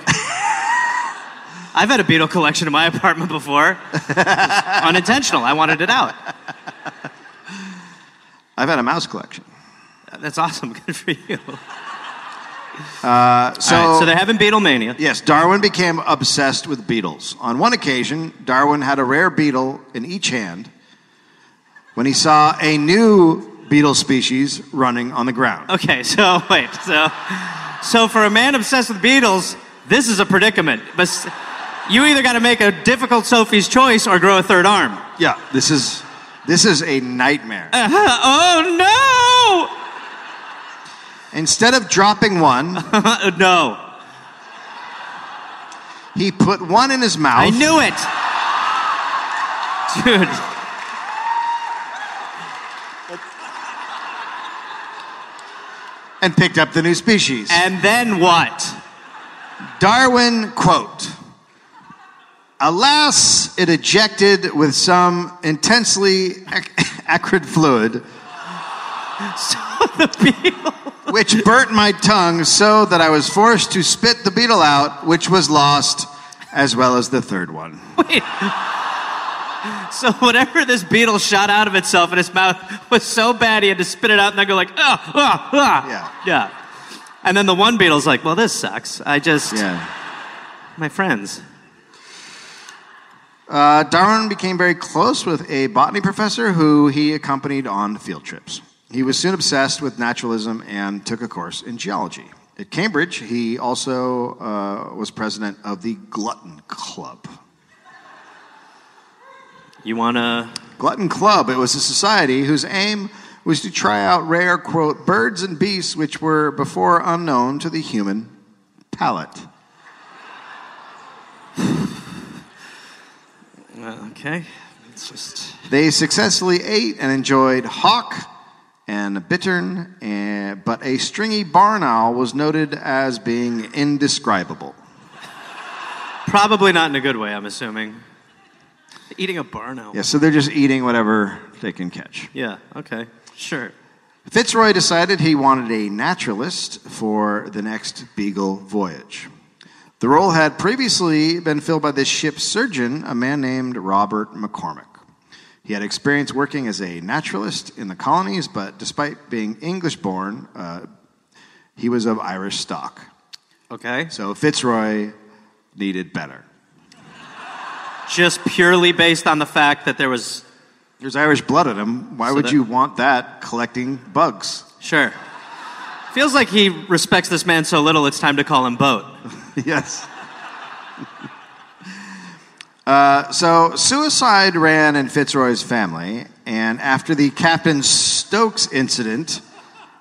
Speaker 1: I've had a beetle collection in my apartment before. Unintentional. I wanted it out.
Speaker 2: I've had a mouse collection.
Speaker 1: That's awesome. Good for you.
Speaker 2: Uh,
Speaker 1: All
Speaker 2: so,
Speaker 1: right, so they're having beetle mania.
Speaker 2: Yes, Darwin became obsessed with beetles. On one occasion, Darwin had a rare beetle in each hand when he saw a new beetle species running on the ground.
Speaker 1: Okay, so wait. So, so for a man obsessed with beetles, this is a predicament. But s- you either got to make a difficult Sophie's choice or grow a third arm.
Speaker 2: Yeah, this is this is a nightmare.
Speaker 1: oh, no!
Speaker 2: Instead of dropping one,
Speaker 1: no.
Speaker 2: He put one in his mouth.
Speaker 1: I knew it. Dude,
Speaker 2: and picked up the new species.
Speaker 1: and then what?
Speaker 2: Darwin quote Alas, it ejected with some intensely ac- acrid fluid,
Speaker 1: So the beetle.
Speaker 2: which burnt my tongue so that I was forced to spit the beetle out, which was lost, as well as the third one.
Speaker 1: Wait. So whatever this beetle shot out of itself in his mouth was so bad he had to spit it out and then go like, ah, ah, ah.
Speaker 2: Yeah.
Speaker 1: Yeah. And then the one beetle's like, well, this sucks. I just,
Speaker 2: Yeah.
Speaker 1: my friends.
Speaker 2: Uh, Darwin became very close with a botany professor who he accompanied on field trips. He was soon obsessed with naturalism and took a course in geology. At Cambridge, he also uh, was president of the Glutton Club.
Speaker 1: You want to,
Speaker 2: Glutton Club, it was a society whose aim was to try out rare, quote, birds and beasts which were before unknown to the human palate.
Speaker 1: uh, okay. It's just,
Speaker 2: They successfully ate and enjoyed hawk and bittern, and, but a stringy barn owl was noted as being indescribable.
Speaker 1: probably not in a good way, I'm assuming. Eating a barn owl.
Speaker 2: Yeah, so they're just eating whatever they can catch.
Speaker 1: Yeah, okay. Sure.
Speaker 2: Fitzroy decided he wanted a naturalist for the next Beagle voyage. The role had previously been filled by this ship's surgeon, a man named Robert McCormick. He had experience working as a naturalist in the colonies, but despite being English born, uh, he was of Irish stock.
Speaker 1: Okay.
Speaker 2: So Fitzroy needed better.
Speaker 1: Just purely based on the fact that there was,
Speaker 2: There's Irish blood in him. Why
Speaker 1: So
Speaker 2: would
Speaker 1: that-
Speaker 2: you want that collecting bugs?
Speaker 1: sure. Feels like he respects this man so little, it's time to call him boat.
Speaker 2: yes. Uh, so suicide ran in Fitzroy's family, and after the Captain Stokes incident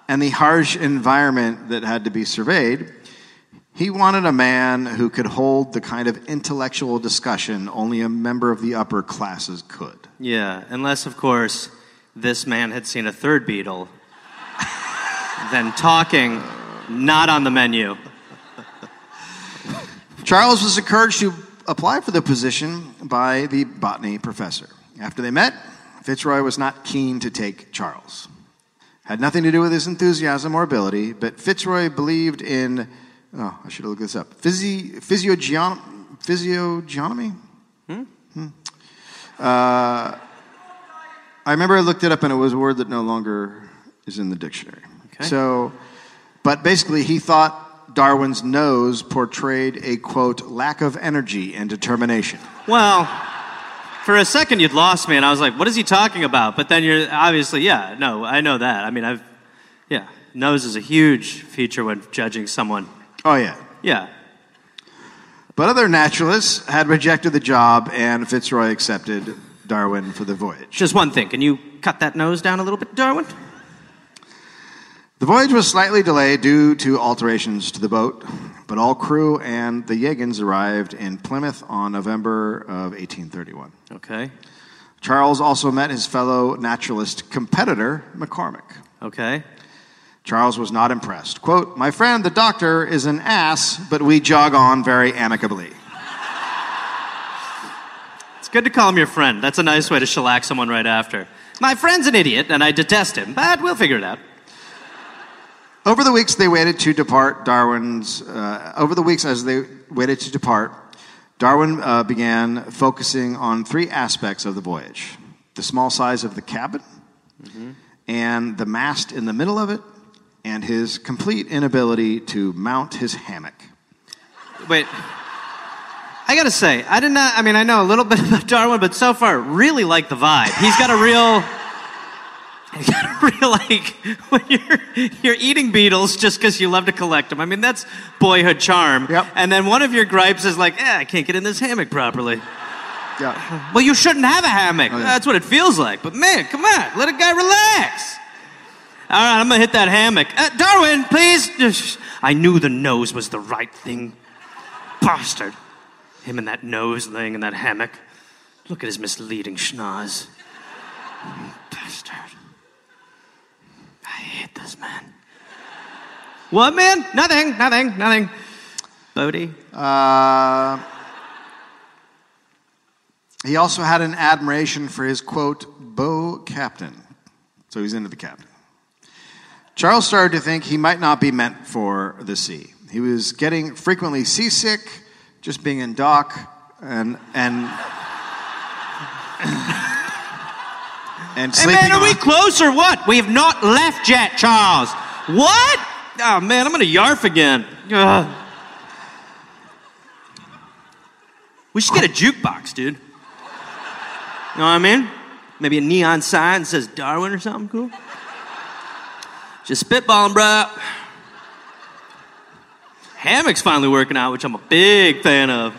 Speaker 2: and the harsh environment that had to be surveyed, he wanted a man who could hold the kind of intellectual discussion only a member of the upper classes could.
Speaker 1: Yeah, unless, of course, this man had seen a third beetle, then talking, not on the menu.
Speaker 2: Charles was encouraged to apply for the position by the botany professor. After they met, Fitzroy was not keen to take Charles. Had nothing to do with his enthusiasm or ability, but Fitzroy believed in, oh, I should have looked this up, Physi- physiogeon- physiognomy? Hmm. Uh, I remember I looked it up and it was a word that no longer is in the dictionary.
Speaker 1: Okay.
Speaker 2: So, but basically, he thought Darwin's nose portrayed a quote, lack of energy and determination.
Speaker 1: Well, for a second you'd lost me, and I was like, what is he talking about? But then you're obviously, yeah, no, I know that. I mean, I've, yeah, nose is a huge feature when judging someone.
Speaker 2: Oh, yeah.
Speaker 1: Yeah,
Speaker 2: But other naturalists had rejected the job, and Fitzroy accepted Darwin for the voyage.
Speaker 1: just one thing. Can you cut that nose down a little bit, Darwin?
Speaker 2: The voyage was slightly delayed due to alterations to the boat, but all crew and the Yegans arrived in Plymouth on November of 1831.
Speaker 1: Okay,
Speaker 2: Charles also met his fellow naturalist competitor, McCormick.
Speaker 1: okay.
Speaker 2: Charles was not impressed. Quote, My friend, the doctor, is an ass, but we jog on very amicably.
Speaker 1: It's good to call him your friend. That's a nice way to shellac someone right after. My friend's an idiot, and I detest him, but we'll figure it out.
Speaker 2: Over the weeks they waited to depart, Darwin's. Uh, over the weeks as they waited to depart, Darwin uh, began focusing on three aspects of the voyage: the small size of the cabin, and the mast in the middle of it, and his complete inability to mount his hammock.
Speaker 1: Wait. I gotta say, I did not. I mean, I know a little bit about Darwin, but so far, really like the vibe. He's got a real, he's got a real like when you're you're eating beetles just because you love to collect them. I mean, that's boyhood charm.
Speaker 2: Yep.
Speaker 1: And then one of your gripes is like, eh, I can't get in this hammock properly.
Speaker 2: Yeah.
Speaker 1: Well, you shouldn't have a hammock.
Speaker 2: yeah.
Speaker 1: That's what it feels like. But man, come on, let a guy relax. All right, I'm gonna hit that hammock. Uh, Darwin, please. I knew the nose was the right thing. Bastard. Him and that nose laying in that hammock. Look at his misleading schnoz. Bastard. I hate this man. What, man? Nothing, nothing, nothing. Bodie?
Speaker 2: Uh, he also had an admiration for his quote, beau captain. So he's into the captain. Charles started to think he might not be meant for the sea. He was getting frequently seasick, just being in dock, and and and
Speaker 1: Hey,
Speaker 2: sleeping.
Speaker 1: man, are we
Speaker 2: on-
Speaker 1: close or what? We have not left yet, Charles. What? Oh, man, I'm going to yarf again. Ugh. We should get a jukebox, dude. You know what I mean? Maybe a neon sign that says Darwin or something cool. Just spitballing, bruh. Hammock's finally working out, which I'm a big fan of.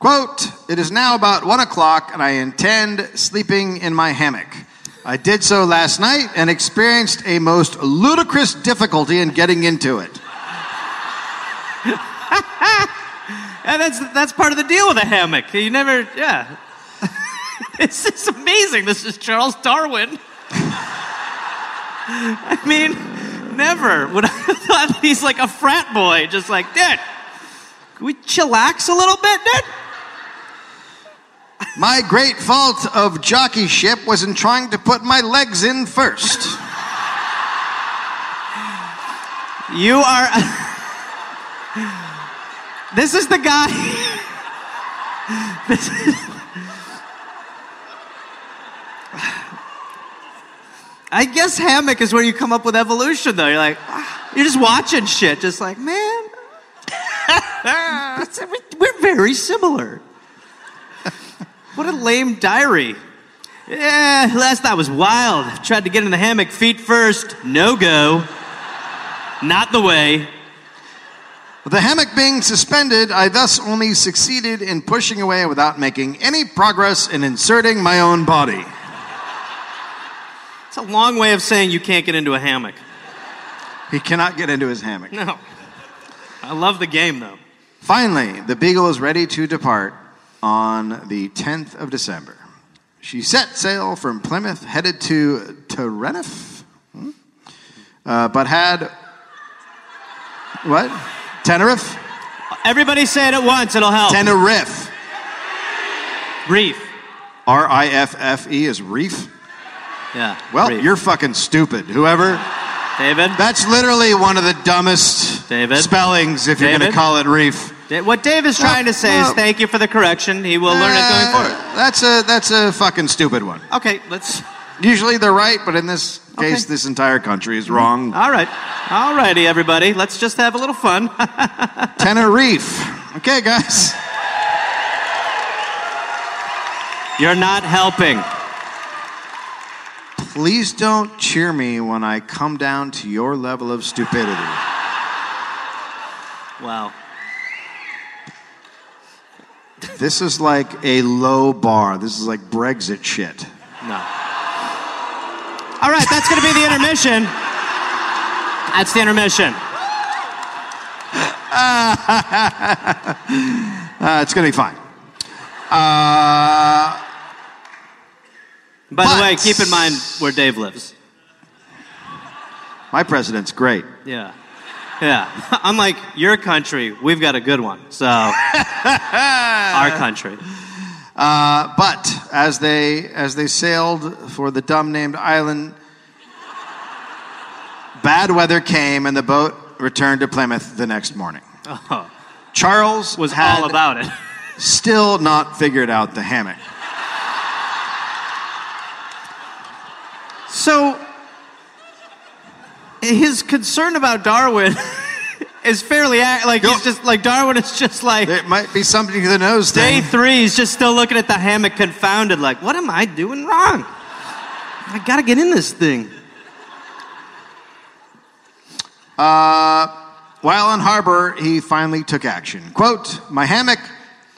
Speaker 2: Quote, it is now about one o'clock and I intend sleeping in my hammock. I did so last night and experienced a most ludicrous difficulty in getting into it.
Speaker 1: And that's that's part of the deal with a hammock. You never, yeah. this is amazing. This is Charles Darwin. I mean, never would I have thought he's like a frat boy, just like, dude, can we chillax a little bit, dude?
Speaker 2: My great fault of jockeyship was in trying to put my legs in first.
Speaker 1: You are. this is the guy. this is. I guess hammock is where you come up with evolution, though. You're like, "Ah." you're just watching shit, just like, man. That's- we- We're very similar. What a lame diary. Yeah, last night was wild. Tried to get in the hammock feet first. No go. Not the way.
Speaker 2: With the hammock being suspended, I thus only succeeded in pushing away without making any progress in inserting my own body.
Speaker 1: It's a long way of saying you can't get into a hammock.
Speaker 2: He cannot get into his hammock.
Speaker 1: No. I love the game, though.
Speaker 2: Finally, the Beagle is ready to depart on the 10th of December. She set sail from Plymouth, headed to Tenerife, Hmm? Uh, but had what? Tenerife,
Speaker 1: Everybody say it at once, it'll help.
Speaker 2: Tenerife.
Speaker 1: Reef.
Speaker 2: R I F F E is reef.
Speaker 1: Yeah.
Speaker 2: Well,
Speaker 1: reef.
Speaker 2: you're fucking stupid. Whoever.
Speaker 1: David.
Speaker 2: That's literally one of the dumbest
Speaker 1: David?
Speaker 2: spellings if you're going
Speaker 1: David?
Speaker 2: to call it reef.
Speaker 1: Da- what Dave is trying to say is
Speaker 2: no.
Speaker 1: thank you for the correction. He will learn it going forward.
Speaker 2: Uh, That's a that's a fucking stupid one.
Speaker 1: Okay, let's.
Speaker 2: Usually they're right, but in this
Speaker 1: Okay.
Speaker 2: case, this entire country is wrong.
Speaker 1: All right. All righty, everybody. Let's just have a little fun.
Speaker 2: Tenerife. Okay, guys.
Speaker 1: you're not helping.
Speaker 2: Please don't cheer me when I come down to your level of stupidity.
Speaker 1: Wow.
Speaker 2: This is like a low bar. This is like Brexit shit.
Speaker 1: No. All right, that's going to be the intermission. That's the intermission.
Speaker 2: Uh, it's gonna be fine. Uh,
Speaker 1: By the way,
Speaker 2: But-
Speaker 1: keep in mind where Dave lives.
Speaker 2: my president's great.
Speaker 1: Yeah. Yeah. Unlike your country, we've got a good one. So, our country.
Speaker 2: Uh, but as they as they sailed for the dumb named island, bad weather came and the boat returned to Plymouth the next morning.
Speaker 1: Oh,
Speaker 2: Charles
Speaker 1: was
Speaker 2: had
Speaker 1: all about it.
Speaker 2: still not figured out the hammock.
Speaker 1: So, his concern about Darwin is fairly ac- like he's just like Darwin is just like
Speaker 2: There might be something to the nose
Speaker 1: day
Speaker 2: thing.
Speaker 1: three. He's just still looking at the hammock, confounded. Like, what am I doing wrong? I gotta get in this thing.
Speaker 2: While in harbor, he finally took action. Quote, My hammock,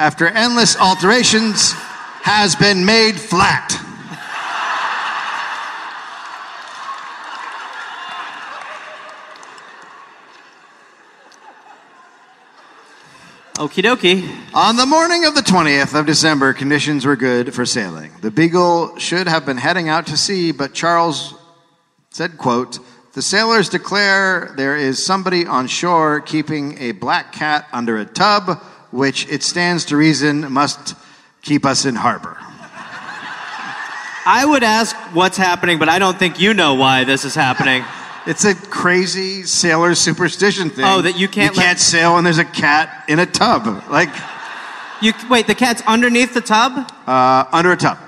Speaker 2: after endless alterations, has been made flat.
Speaker 1: Okie dokie.
Speaker 2: On the morning of the 20th of December, conditions were good for sailing. The Beagle should have been heading out to sea, but Charles said, quote, the sailors declare there is somebody on shore keeping a black cat under a tub, which it stands to reason must keep us in harbor.
Speaker 1: I would ask what's happening, but I don't think you know why this is happening.
Speaker 2: It's a crazy sailor superstition thing.
Speaker 1: Oh, that you can't
Speaker 2: You
Speaker 1: let-
Speaker 2: can't sail when there's a cat in a tub, like
Speaker 1: You wait, the cat's underneath the tub?
Speaker 2: uh, under a tub.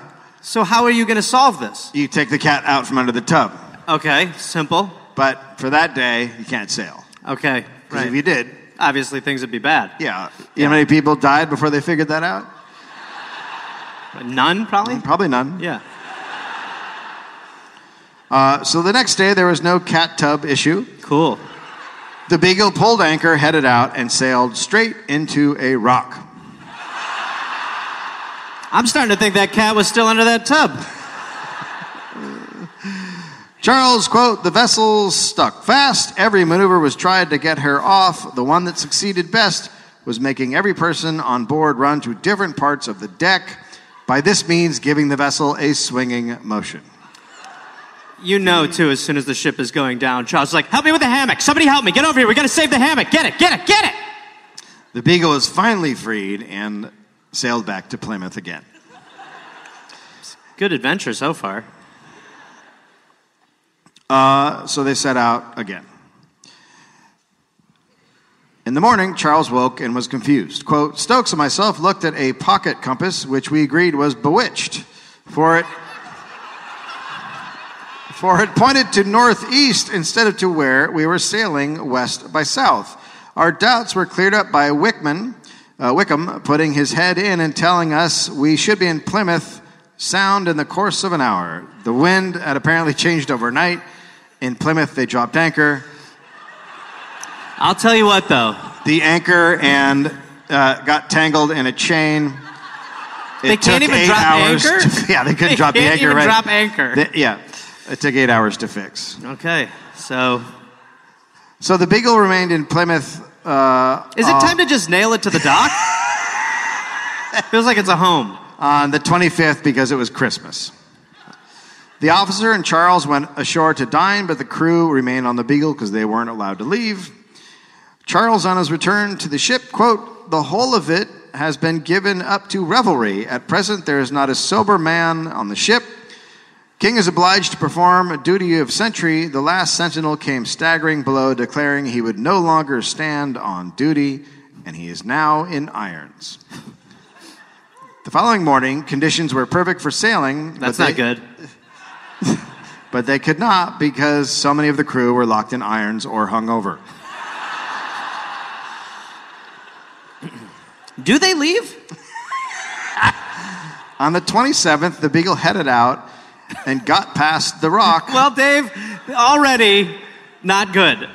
Speaker 1: So how are you going to solve this?
Speaker 2: You take the cat out from under the tub,
Speaker 1: Okay, simple.
Speaker 2: but for that day you can't sail.
Speaker 1: Okay.
Speaker 2: 'Cause if you did,
Speaker 1: Obviously things would be bad.
Speaker 2: yeah, you know how many people died before they figured that out?
Speaker 1: None probably?
Speaker 2: Probably none.
Speaker 1: Yeah.
Speaker 2: Uh, so the next day there was no cat tub issue.
Speaker 1: Cool.
Speaker 2: The Beagle pulled anchor, headed out, and sailed straight into a rock.
Speaker 1: I'm starting to think that cat was still under that tub.
Speaker 2: Charles, quote, the vessel stuck fast. Every maneuver was tried to get her off. The one that succeeded best was making every person on board run to different parts of the deck, by this means giving the vessel a swinging motion.
Speaker 1: You know, too, as soon as the ship is going down, Charles is like, help me with the hammock. Somebody help me. Get over here. We got to save the hammock. Get it, get it, get it.
Speaker 2: The Beagle was finally freed and sailed back to Plymouth again.
Speaker 1: Good adventure so far.
Speaker 2: Uh, so they set out again. In the morning, Charles woke and was confused. Quote, Stokes and myself looked at a pocket compass, which we agreed was bewitched, for it for it pointed to northeast instead of to where we were sailing west by south. Our doubts were cleared up by Wickman, uh, Wickham putting his head in and telling us we should be in Plymouth Sound in the course of an hour. The wind had apparently changed overnight. In Plymouth, they dropped anchor.
Speaker 1: I'll tell you what, though.
Speaker 2: The anchor and uh, got tangled in a chain. It
Speaker 1: They can't
Speaker 2: took
Speaker 1: even
Speaker 2: eight
Speaker 1: drop
Speaker 2: hours
Speaker 1: the anchor?
Speaker 2: to- yeah, they couldn't
Speaker 1: They
Speaker 2: drop the
Speaker 1: can't
Speaker 2: anchor.
Speaker 1: even
Speaker 2: right?
Speaker 1: drop anchor.
Speaker 2: They- yeah, it took eight hours to fix.
Speaker 1: Okay, so
Speaker 2: So the Beagle remained in Plymouth. Uh,
Speaker 1: is it time to just nail it to the dock? Feels like it's a home.
Speaker 2: on the 25th because it was Christmas. The officer and Charles went ashore to dine, but the crew remained on the Beagle because they weren't allowed to leave. Charles, on his return to the ship, quote, "The whole of it has been given up to revelry. At present, there is not a sober man on the ship. King is obliged to perform a duty of sentry. The last sentinel came staggering below, declaring he would no longer stand on duty, and he is now in irons." The following morning, conditions were perfect for sailing. but
Speaker 1: That's
Speaker 2: they-
Speaker 1: not good.
Speaker 2: but they could not because so many of the crew were locked in irons or hungover.
Speaker 1: Do they leave?
Speaker 2: On the 27th, the Beagle headed out and got past the rock
Speaker 1: Well, Dave, already not good.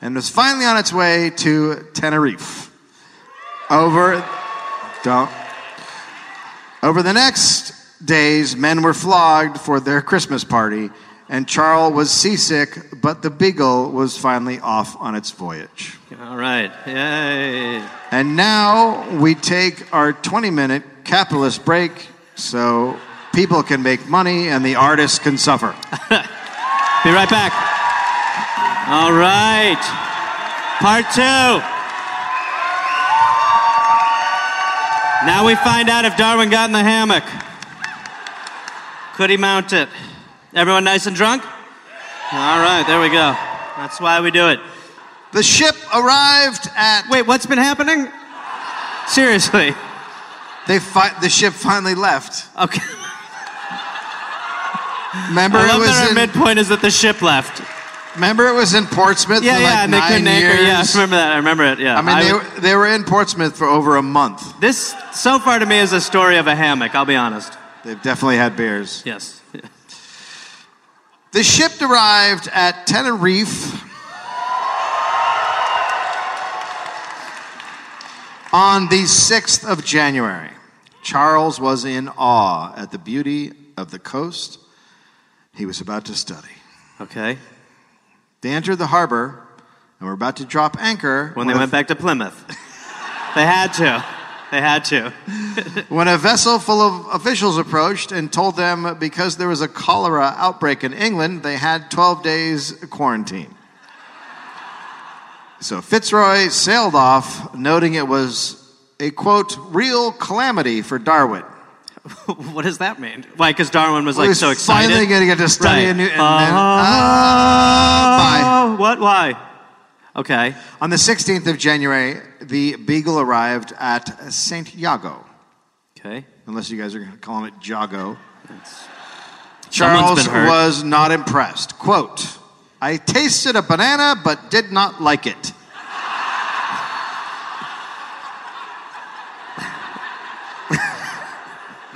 Speaker 2: and was finally on its way to Tenerife. Over, don't. Over the next days, men were flogged for their Christmas party, and Charles was seasick, but the Beagle was finally off on its voyage.
Speaker 1: All right, yay.
Speaker 2: And now we take our 20 minute capitalist break so people can make money and the artists can suffer.
Speaker 1: Be right back. All right, part two. Now we find out if Darwin got in the hammock. Could he mount it? Everyone nice and drunk? All right, there we go. That's why we do it.
Speaker 2: The ship arrived at.
Speaker 1: Wait, what's been happening? Seriously.
Speaker 2: They fi- the ship finally left.
Speaker 1: Okay.
Speaker 2: Remember
Speaker 1: I
Speaker 2: it,
Speaker 1: love that
Speaker 2: was
Speaker 1: our
Speaker 2: in,
Speaker 1: midpoint is that the ship left.
Speaker 2: remember it was in Portsmouth
Speaker 1: Yeah,
Speaker 2: for
Speaker 1: yeah,
Speaker 2: like
Speaker 1: and they
Speaker 2: nine
Speaker 1: couldn't
Speaker 2: years?
Speaker 1: anchor. Yeah, I remember that. I remember it. Yeah.
Speaker 2: I mean, they,
Speaker 1: w-
Speaker 2: were, they were in Portsmouth for over a month.
Speaker 1: this so far to me is a story of a hammock. I'll be honest.
Speaker 2: They've definitely had beers.
Speaker 1: Yes.
Speaker 2: The ship arrived at Tenerife on the 6th of January. Charles was in awe at the beauty of the coast he was about to study.
Speaker 1: Okay.
Speaker 2: They entered the harbor and were about to drop anchor
Speaker 1: When they
Speaker 2: a-
Speaker 1: went back to Plymouth. They had to. They had to.
Speaker 2: When a vessel full of officials approached and told them because there was a cholera outbreak in England, they had 12 days quarantine. So Fitzroy sailed off, noting it was a quote, real calamity for Darwin.
Speaker 1: what does that mean? Why? Because Darwin was like
Speaker 2: He's
Speaker 1: so excited.
Speaker 2: finally going to get to study
Speaker 1: Right. Uh-huh.
Speaker 2: a new. And then, ah, bye.
Speaker 1: Oh, What? Why? Okay.
Speaker 2: On the 16th of January, the Beagle arrived at St. Iago.
Speaker 1: Okay.
Speaker 2: Unless you guys are calling it Jago.
Speaker 1: That's- Someone's
Speaker 2: Charles
Speaker 1: been hurt.
Speaker 2: was not impressed. Quote, I tasted a banana but did not like it.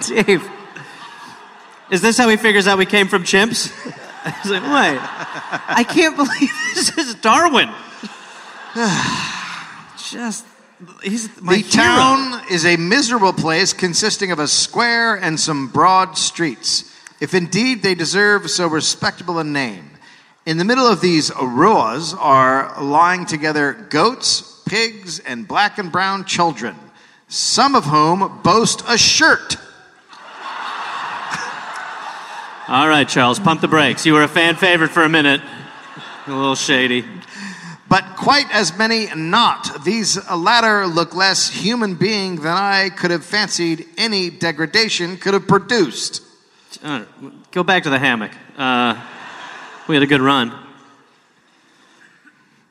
Speaker 1: Dave. Is this how he figures out we came from chimps? He's like, wait, I can't believe this is Darwin. Just, he's my
Speaker 2: the
Speaker 1: hero.
Speaker 2: town is a miserable place consisting of a square and some broad streets, if indeed they deserve so respectable a name. In the middle of these ruas are lying together goats, pigs, and black and brown children, some of whom boast a shirt.
Speaker 1: All right, Charles, pump the brakes. You were a fan favorite for a minute. A little shady.
Speaker 2: but quite as many not. These latter look less human being than I could have fancied any degradation could have produced.
Speaker 1: Uh, go back to the hammock. Uh, we had a good run.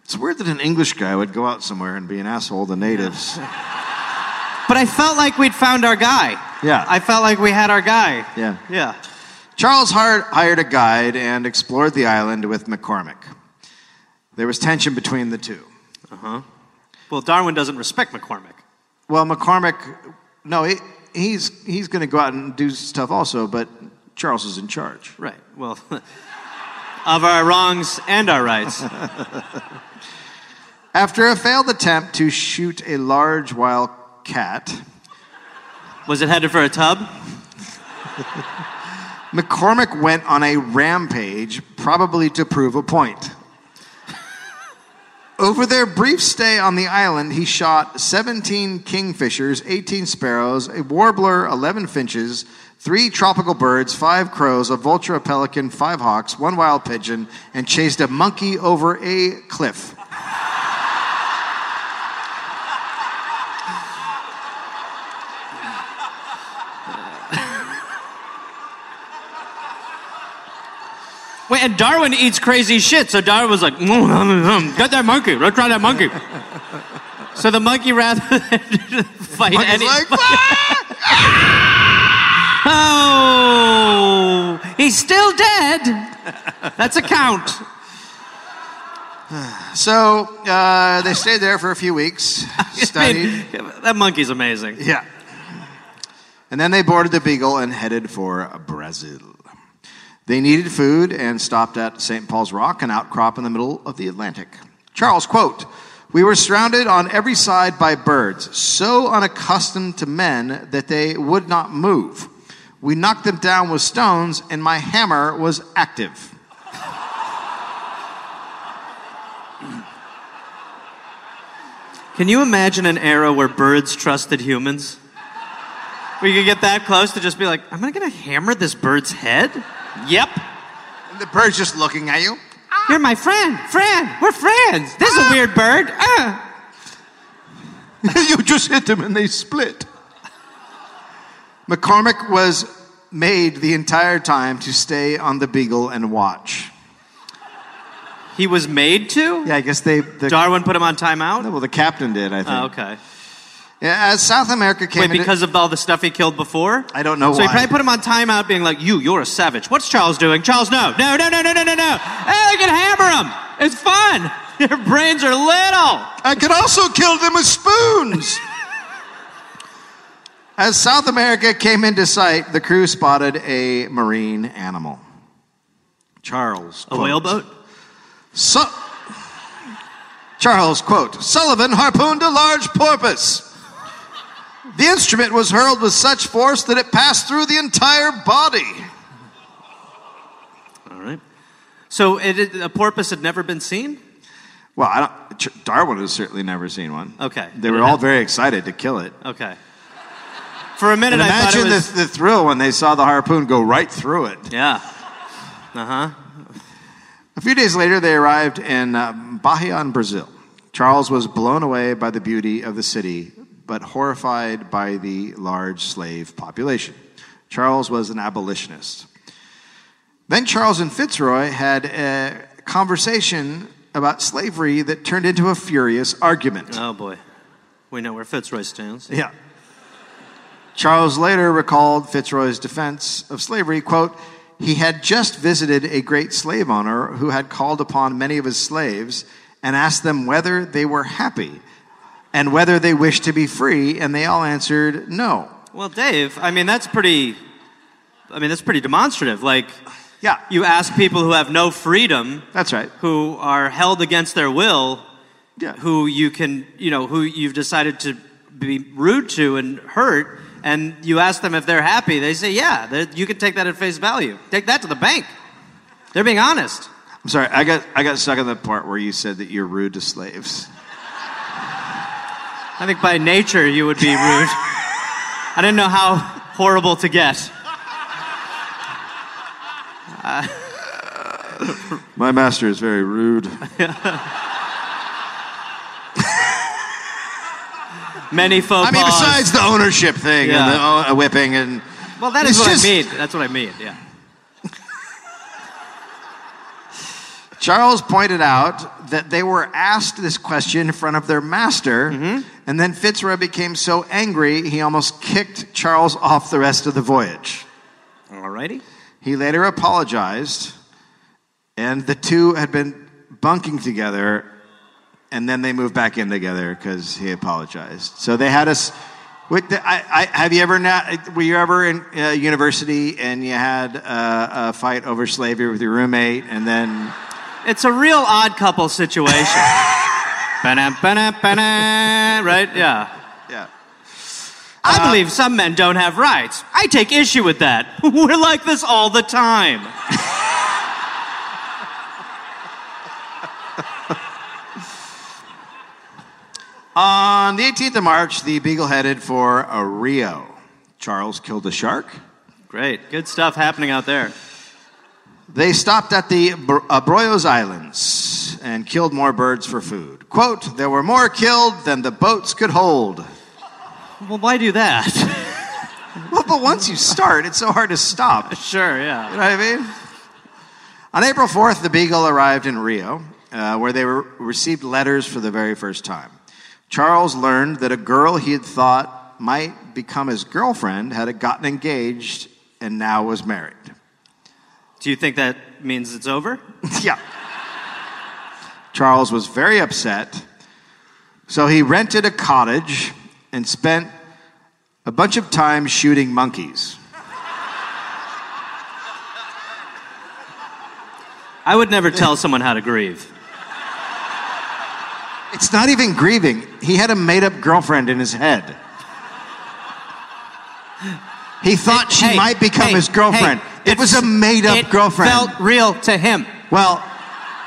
Speaker 2: It's weird that an English guy would go out somewhere and be an asshole to natives.
Speaker 1: But I felt like we'd found our guy.
Speaker 2: Yeah.
Speaker 1: I felt like we had our guy.
Speaker 2: Yeah.
Speaker 1: Yeah.
Speaker 2: Charles Hart hired a guide and explored the island with McCormick. There was tension between the two.
Speaker 1: Uh huh. Well, Darwin doesn't respect McCormick.
Speaker 2: Well, McCormick, no, he, he's, he's going to go out and do stuff also, but Charles is in charge.
Speaker 1: Right. Well, of our wrongs and our rights.
Speaker 2: After a failed attempt to shoot a large wild cat,
Speaker 1: Was it headed for a tub?
Speaker 2: McCormick went on a rampage, probably to prove a point. Over their brief stay on the island, he shot 17 kingfishers, 18 sparrows, a warbler, 11 finches, three tropical birds, five crows, a vulture, a pelican, five hawks, one wild pigeon, and chased a monkey over a cliff.
Speaker 1: Wait, and Darwin eats crazy shit, so Darwin was like, "Mm, mm, mm, get that monkey. Let's try that monkey. so the monkey rather than fight
Speaker 2: Monkey's
Speaker 1: any.
Speaker 2: like, "Ah!"
Speaker 1: oh! He's still dead! That's a count.
Speaker 2: so uh, they stayed there for a few weeks,
Speaker 1: I
Speaker 2: studied.
Speaker 1: mean, that monkey's amazing.
Speaker 2: Yeah. And then they boarded the Beagle and headed for Brazil. They needed food and stopped at St. Paul's Rock, an outcrop in the middle of the Atlantic. Charles, quote, We were surrounded on every side by birds, so unaccustomed to men that they would not move. We knocked them down with stones, and my hammer was active.
Speaker 1: Can you imagine an era where birds trusted humans? Where you could get that close to just be like, am I gonna hammer this bird's head? Yep.
Speaker 2: And the bird's just looking at you.
Speaker 1: You're my friend. Friend. We're friends. This is a weird bird. Uh.
Speaker 2: you just hit them and they split. McCormick was made the entire time to stay on the Beagle and watch.
Speaker 1: He was made to?
Speaker 2: Yeah, I guess they. The,
Speaker 1: Darwin put him on timeout?
Speaker 2: well, the captain did, I think.
Speaker 1: Oh, okay.
Speaker 2: Yeah, as South America came
Speaker 1: Wait,
Speaker 2: into-
Speaker 1: because of all the stuff he killed before?
Speaker 2: I don't know
Speaker 1: So he
Speaker 2: why.
Speaker 1: probably put him on timeout being like, you, you're a savage. What's Charles doing? Charles, no. No, no, no, no, no, no, no. Hey, they can hammer him. It's fun. Their brains are little.
Speaker 2: I could also kill them with spoons. As South America came into sight, the crew spotted a marine animal. Charles.
Speaker 1: A
Speaker 2: quote,
Speaker 1: whale boat?
Speaker 2: Su- Charles, quote, Sullivan harpooned a large porpoise. The instrument was hurled with such force that it passed through the entire body.
Speaker 1: All right. So it, it- a porpoise had never been seen?
Speaker 2: Well, I don't, Ch- Darwin has certainly never seen one.
Speaker 1: Okay.
Speaker 2: They were all very excited to kill it.
Speaker 1: Okay. For a minute,
Speaker 2: And
Speaker 1: I thought it
Speaker 2: imagine
Speaker 1: was.
Speaker 2: the, the thrill when they saw the harpoon go right through it.
Speaker 1: Yeah. Uh-huh.
Speaker 2: A few days later, they arrived in uh, Bahia, in Brazil. Charles was blown away by the beauty of the city, but horrified by the large slave population. Charles was an abolitionist. Then Charles and Fitzroy had a conversation about slavery that turned into a furious argument.
Speaker 1: Oh boy. We know where Fitzroy stands.
Speaker 2: Yeah. Charles later recalled Fitzroy's defense of slavery, quote, he had just visited a great slave owner who had called upon many of his slaves and asked them whether they were happy and whether they wished to be free, and they all answered no.
Speaker 1: Well, Dave, I mean that's pretty. I mean that's pretty demonstrative. Like,
Speaker 2: Yeah,
Speaker 1: you ask people who have no freedom,
Speaker 2: that's right.
Speaker 1: who are held against their will,
Speaker 2: Yeah.
Speaker 1: who you can, you know, who you've decided to be rude to and hurt, and you ask them if they're happy. They say, yeah. that- You can take that at face value. Take that to the bank. They're being honest.
Speaker 2: I'm sorry, I got, I got stuck on the part where you said that you're rude to slaves.
Speaker 1: I think by nature you would be rude. I didn't know how horrible to get.
Speaker 2: My master is very rude.
Speaker 1: Many faux
Speaker 2: I mean,
Speaker 1: pas.
Speaker 2: besides the ownership thing
Speaker 1: Yeah.
Speaker 2: and the uh, whipping and.
Speaker 1: Well, that is
Speaker 2: It's
Speaker 1: what
Speaker 2: just-
Speaker 1: I mean. That's what I mean. Yeah.
Speaker 2: Charles pointed out that they were asked this question in front of their master, and then Fitzroy became so angry he almost kicked Charles off the rest of the voyage.
Speaker 1: Alrighty.
Speaker 2: He later apologized, and the two had been bunking together, and then they moved back in together because he apologized. So they had us. With the, I, I, have you ever not, were you ever in uh, university and you had uh, a fight over slavery with your roommate, and then
Speaker 1: It's a real odd couple situation. Ba-dum, ba-dum, ba-dum, right? Yeah.
Speaker 2: yeah. Uh,
Speaker 1: I believe some men don't have rights. I take issue with that. We're like this all the time.
Speaker 2: On the 18th of March, the Beagle headed for a Rio. Charles killed a shark.
Speaker 1: Great. Good stuff happening out there.
Speaker 2: They stopped at the Br- Abrojos Islands and killed more birds for food. Quote, there were more killed than the boats could hold.
Speaker 1: Well, why do that?
Speaker 2: Well, but once you start, it's so hard to stop.
Speaker 1: sure, yeah.
Speaker 2: You know what I mean? On April 4th, the Beagle arrived in Rio, uh, where they were, received letters for the very first time. Charles learned that a girl he had thought might become his girlfriend had gotten engaged and now was married.
Speaker 1: Do you think that means it's over?
Speaker 2: yeah. Charles was very upset, so he rented a cottage and spent a bunch of time shooting monkeys.
Speaker 1: I would never tell someone how to grieve.
Speaker 2: It's not even grieving. He had a made up girlfriend in his head. He thought she
Speaker 1: Hey,
Speaker 2: might become
Speaker 1: hey,
Speaker 2: his girlfriend.
Speaker 1: hey,
Speaker 2: it was a made up
Speaker 1: it
Speaker 2: girlfriend.
Speaker 1: Felt real to him.
Speaker 2: well,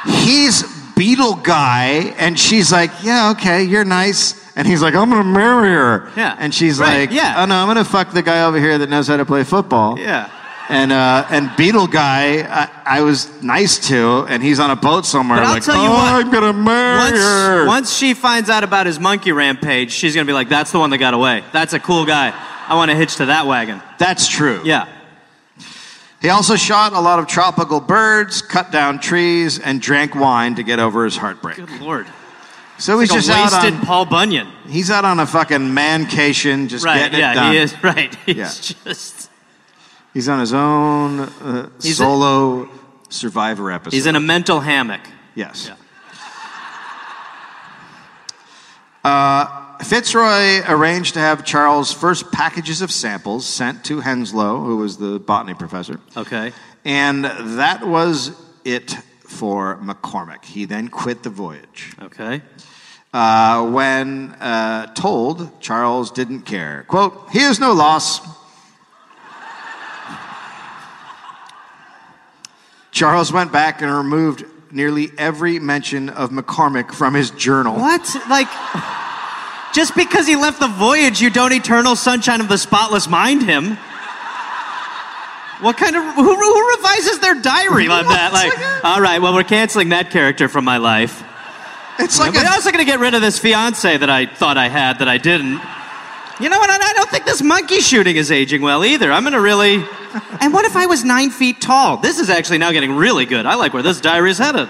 Speaker 2: he's Beetle guy, and she's like, Yeah, okay, you're nice. And he's like, I'm going to marry her.
Speaker 1: Yeah.
Speaker 2: And she's
Speaker 1: Right,
Speaker 2: like,
Speaker 1: yeah.
Speaker 2: Oh, no, I'm going to fuck the guy over here that knows how to play football.
Speaker 1: Yeah.
Speaker 2: And, uh, and Beetle guy, I, I was nice to, and he's on a boat somewhere.
Speaker 1: But I'll
Speaker 2: like,
Speaker 1: tell you
Speaker 2: oh,
Speaker 1: what.
Speaker 2: I'm going to marry her.
Speaker 1: Once, once she finds out about his monkey rampage, she's gonna be like, "That's the one that got away. That's a cool guy. I want to hitch to that wagon."
Speaker 2: That's true.
Speaker 1: Yeah.
Speaker 2: He also shot a lot of tropical birds, cut down trees, and drank wine to get over his heartbreak.
Speaker 1: Good lord.
Speaker 2: So he's
Speaker 1: Like
Speaker 2: just
Speaker 1: a
Speaker 2: out
Speaker 1: wasted
Speaker 2: on,
Speaker 1: Paul Bunyan.
Speaker 2: he's out on a fucking mancation, just
Speaker 1: Right.
Speaker 2: getting
Speaker 1: Yeah.
Speaker 2: it done.
Speaker 1: He is. Right. He's
Speaker 2: Yeah.
Speaker 1: just.
Speaker 2: He's on his own uh,
Speaker 1: He's a-
Speaker 2: solo survivor episode.
Speaker 1: He's in a mental hammock.
Speaker 2: yes.
Speaker 1: Yeah.
Speaker 2: Fitzroy arranged to have Charles' first packages of samples sent to Henslow, who was the botany professor.
Speaker 1: Okay.
Speaker 2: And that was it for McCormick. He then quit the voyage.
Speaker 1: Okay.
Speaker 2: Uh, when uh, told, Charles didn't care. Quote, he is no loss. Charles went back and removed nearly every mention of McCormick from his journal.
Speaker 1: What? Like, just because he left the voyage, you don't eternal sunshine of the spotless mind him. What kind of who, who revises their diary on that? Like, all right, well, we're canceling that character from my life.
Speaker 2: It's like
Speaker 1: but
Speaker 2: a,
Speaker 1: I'm also going to get rid of this fiance that I thought I had that I didn't. You know what? And I don't think this monkey shooting is aging well either. I'm going to really. And what if I was nine feet tall? This is actually now getting really good. I like where this diary is headed.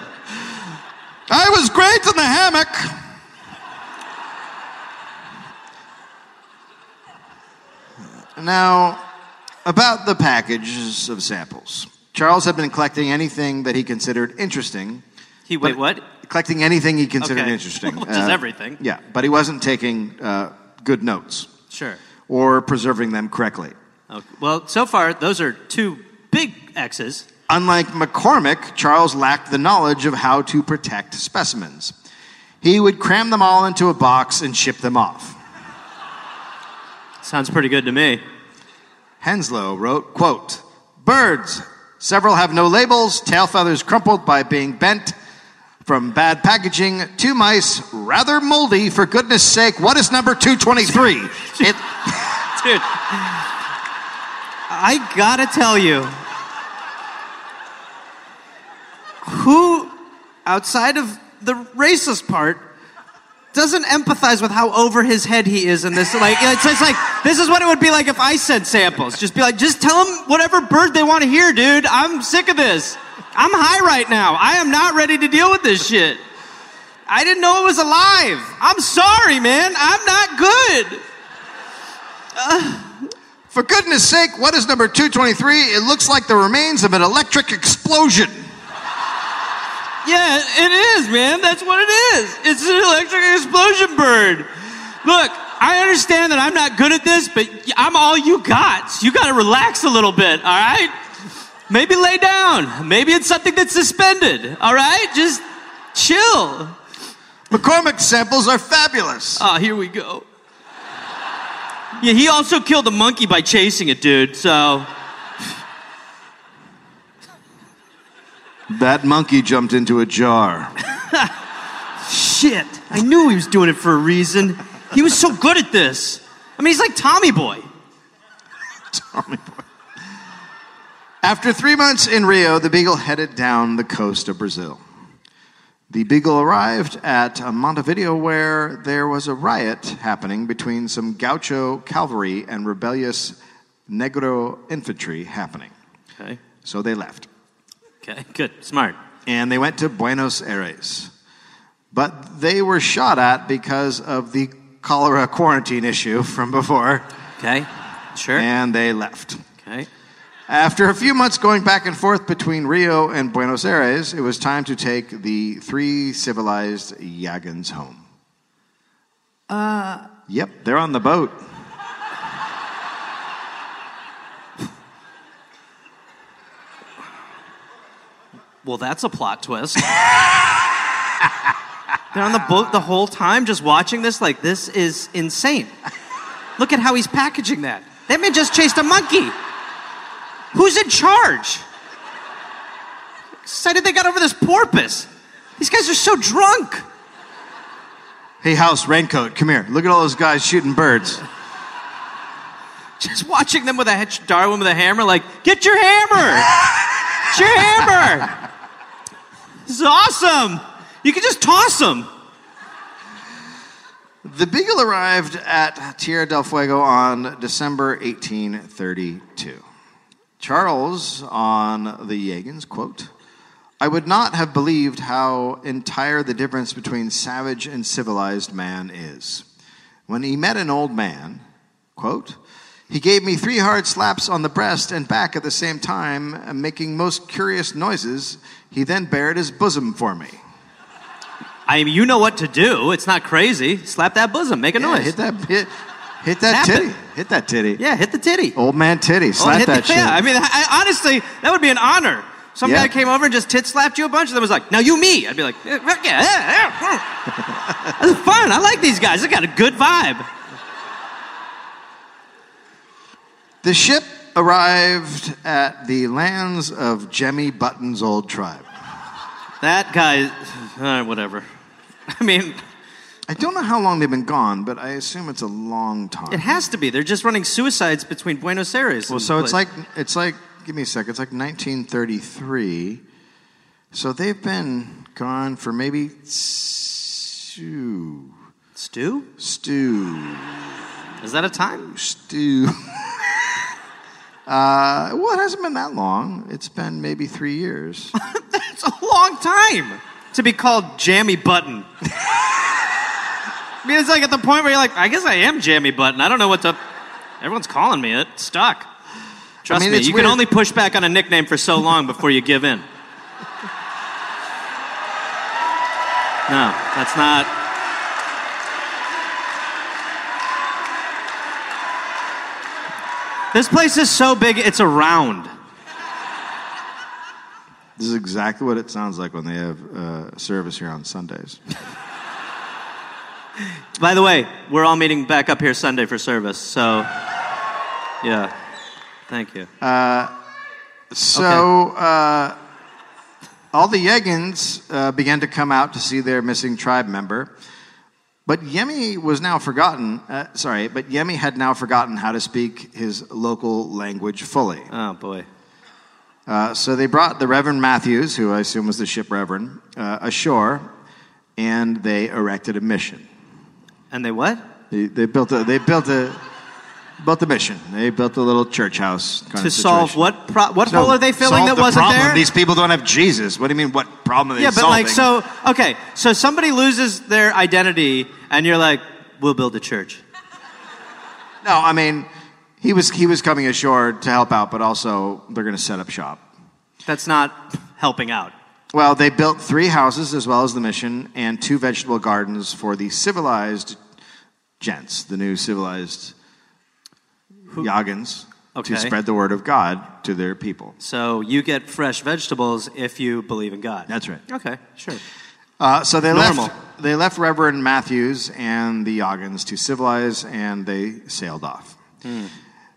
Speaker 2: I was great in the hammock. Now, about the packages of samples. Charles had been collecting anything that he considered interesting.
Speaker 1: He wait,
Speaker 2: but-
Speaker 1: what?
Speaker 2: Collecting anything he considered
Speaker 1: Okay.
Speaker 2: interesting. Uh,
Speaker 1: Which is everything.
Speaker 2: Yeah, but he wasn't taking uh, good notes
Speaker 1: Sure.
Speaker 2: or preserving them correctly.
Speaker 1: Okay. Well, so far those are two big X's.
Speaker 2: Unlike McCormick, Charles lacked the knowledge of how to protect specimens. He would cram them all into a box and ship them off.
Speaker 1: Sounds pretty good to me.
Speaker 2: Henslow wrote, quote, Birds, several have no labels, tail feathers crumpled by being bent from bad packaging. Two mice, rather moldy, for goodness sake, what is number 223? It,
Speaker 1: Dude, I gotta tell you, who outside of the racist part doesn't empathize with how over his head he is in this? Like, it's, it's like this is what it would be like if I said samples. Just be like, just tell them whatever bird they want to hear, dude. I'm sick of this. I'm high right now. I am not ready to deal with this shit. I didn't know it was alive. I'm sorry, man. I'm not good.
Speaker 2: for goodness sake, what is number 223? It looks like the remains of an electric explosion.
Speaker 1: Yeah, it is, man. That's what it is. It's an electric explosion bird. Look, I understand that I'm not good at this, but I'm all you got. You got to relax a little bit, all right? Maybe lay down. Maybe it's something that's suspended, all right? Just chill.
Speaker 2: McCormick samples are fabulous.
Speaker 1: Ah, here we go. Yeah, he also killed a monkey by chasing it, dude, so.
Speaker 2: That monkey jumped into a jar.
Speaker 1: Shit. I knew he was doing it for a reason. He was so good at this. I mean, he's like Tommy Boy.
Speaker 2: Tommy boy. After three months in Rio, the Beagle headed down the coast of Brazil. The Beagle arrived at uh, Montevideo, where there was a riot happening between some gaucho cavalry and rebellious Negro infantry happening.
Speaker 1: Okay.
Speaker 2: So they left.
Speaker 1: Okay, good, smart.
Speaker 2: and they went to Buenos Aires. But they were shot at because of the cholera quarantine issue from before,
Speaker 1: Okay, sure.
Speaker 2: and they left.
Speaker 1: Okay,
Speaker 2: After a few months going back and forth between Rio and Buenos Aires, it was time to take the three civilized Yagans home. Uh, yep, they're on the boat.
Speaker 1: well, that's a plot twist. They're on the boat the whole time just watching this, like, this is insane. Look at how he's packaging that. That man just chased a monkey. Who's in charge? Excited they got over this porpoise. These guys are so drunk.
Speaker 2: Hey, House Raincoat, come here. Look at all those guys shooting birds.
Speaker 1: Just watching them with a hatch- Darwin with a hammer, like, get your hammer! It's your hammer! This is awesome! You can just toss them.
Speaker 2: The Beagle arrived at Tierra del Fuego on December 1832. Charles on the Yagans, quote, I would not have believed how entire the difference between savage and civilized man is. When he met an old man, quote, he gave me three hard slaps on the breast and back at the same time, making most curious noises. He then bared his bosom for me.
Speaker 1: I mean, you know what to do. It's not crazy. Slap that bosom, make a
Speaker 2: Yeah,
Speaker 1: noise.
Speaker 2: hit that, hit, hit that
Speaker 1: Tap it.
Speaker 2: titty. Hit that titty.
Speaker 1: yeah, hit the titty.
Speaker 2: Old man titty,
Speaker 1: Oh,
Speaker 2: slap
Speaker 1: hit
Speaker 2: that
Speaker 1: the,
Speaker 2: shit.
Speaker 1: Yeah, I mean, I, I- honestly, that would be an honor. Some
Speaker 2: Yeah.
Speaker 1: guy came over and just tit slapped you a bunch, and then was like, "Now you me." I'd be like, "Yeah, fuck yeah, yeah, yeah." That's fun. I like these guys. They got a good vibe.
Speaker 2: the ship arrived at the lands of Jemmy Button's old tribe.
Speaker 1: That guy, uh, whatever. I mean,
Speaker 2: I don't know how long they've been gone, but I assume it's a long time.
Speaker 1: it has to be. They're just running suicides between Buenos Aires.
Speaker 2: Well,
Speaker 1: and
Speaker 2: so it's
Speaker 1: place.
Speaker 2: like it's like give me a sec. It's like 1933. So they've been gone for maybe stew,
Speaker 1: Stu?
Speaker 2: stew,
Speaker 1: Is that a time?
Speaker 2: stew. Uh, well, it hasn't been that long. It's been maybe three years.
Speaker 1: That's a long time to be called Jammy Button. I mean, it's like at the point where you're like, I guess I am Jammy Button. I don't know what to. Everyone's calling me it. Stuck. Trust
Speaker 2: I mean,
Speaker 1: me,
Speaker 2: it's
Speaker 1: you
Speaker 2: weird.
Speaker 1: can only push back on a nickname for so long before you give in. No, that's not. This place is so big, it's a round.
Speaker 2: This is exactly what it sounds like when they have uh, service here on Sundays.
Speaker 1: By the way, we're all meeting back up here Sunday for service, so yeah. Thank you.
Speaker 2: Uh, So uh, all the Yegans uh, began to come out to see their missing tribe member, but Yemi was now forgotten. Uh, sorry, but Yemi had now forgotten how to speak his local language fully.
Speaker 1: oh boy.
Speaker 2: Uh, so they brought the Reverend Matthews, who I assume was the ship reverend, uh, ashore, and they erected a mission.
Speaker 1: And they what?
Speaker 2: They, they built a they built a built a mission. They built a little church house kind
Speaker 1: To
Speaker 2: of
Speaker 1: solve
Speaker 2: situation.
Speaker 1: what pro- what
Speaker 2: No,
Speaker 1: hole are they filling
Speaker 2: solve
Speaker 1: that
Speaker 2: the
Speaker 1: wasn't
Speaker 2: problem.
Speaker 1: there?
Speaker 2: These people don't have Jesus. What do you mean? What problem are they
Speaker 1: yeah, but
Speaker 2: solving?
Speaker 1: like so okay, so somebody loses their identity and you're like, we'll build a church.
Speaker 2: no, I mean, he was he was coming ashore to help out, but also they're going to set up shop.
Speaker 1: That's not helping out.
Speaker 2: Well, they built three houses as well as the mission and two vegetable gardens for the civilized gents, the new civilized Yagans,
Speaker 1: Okay.
Speaker 2: to spread the word of God to their people.
Speaker 1: So you get fresh vegetables if you believe in God.
Speaker 2: That's right.
Speaker 1: Okay, sure.
Speaker 2: Uh, so they
Speaker 1: Normal.
Speaker 2: left. They left Reverend Matthews and the Yagans to civilize, and they sailed off.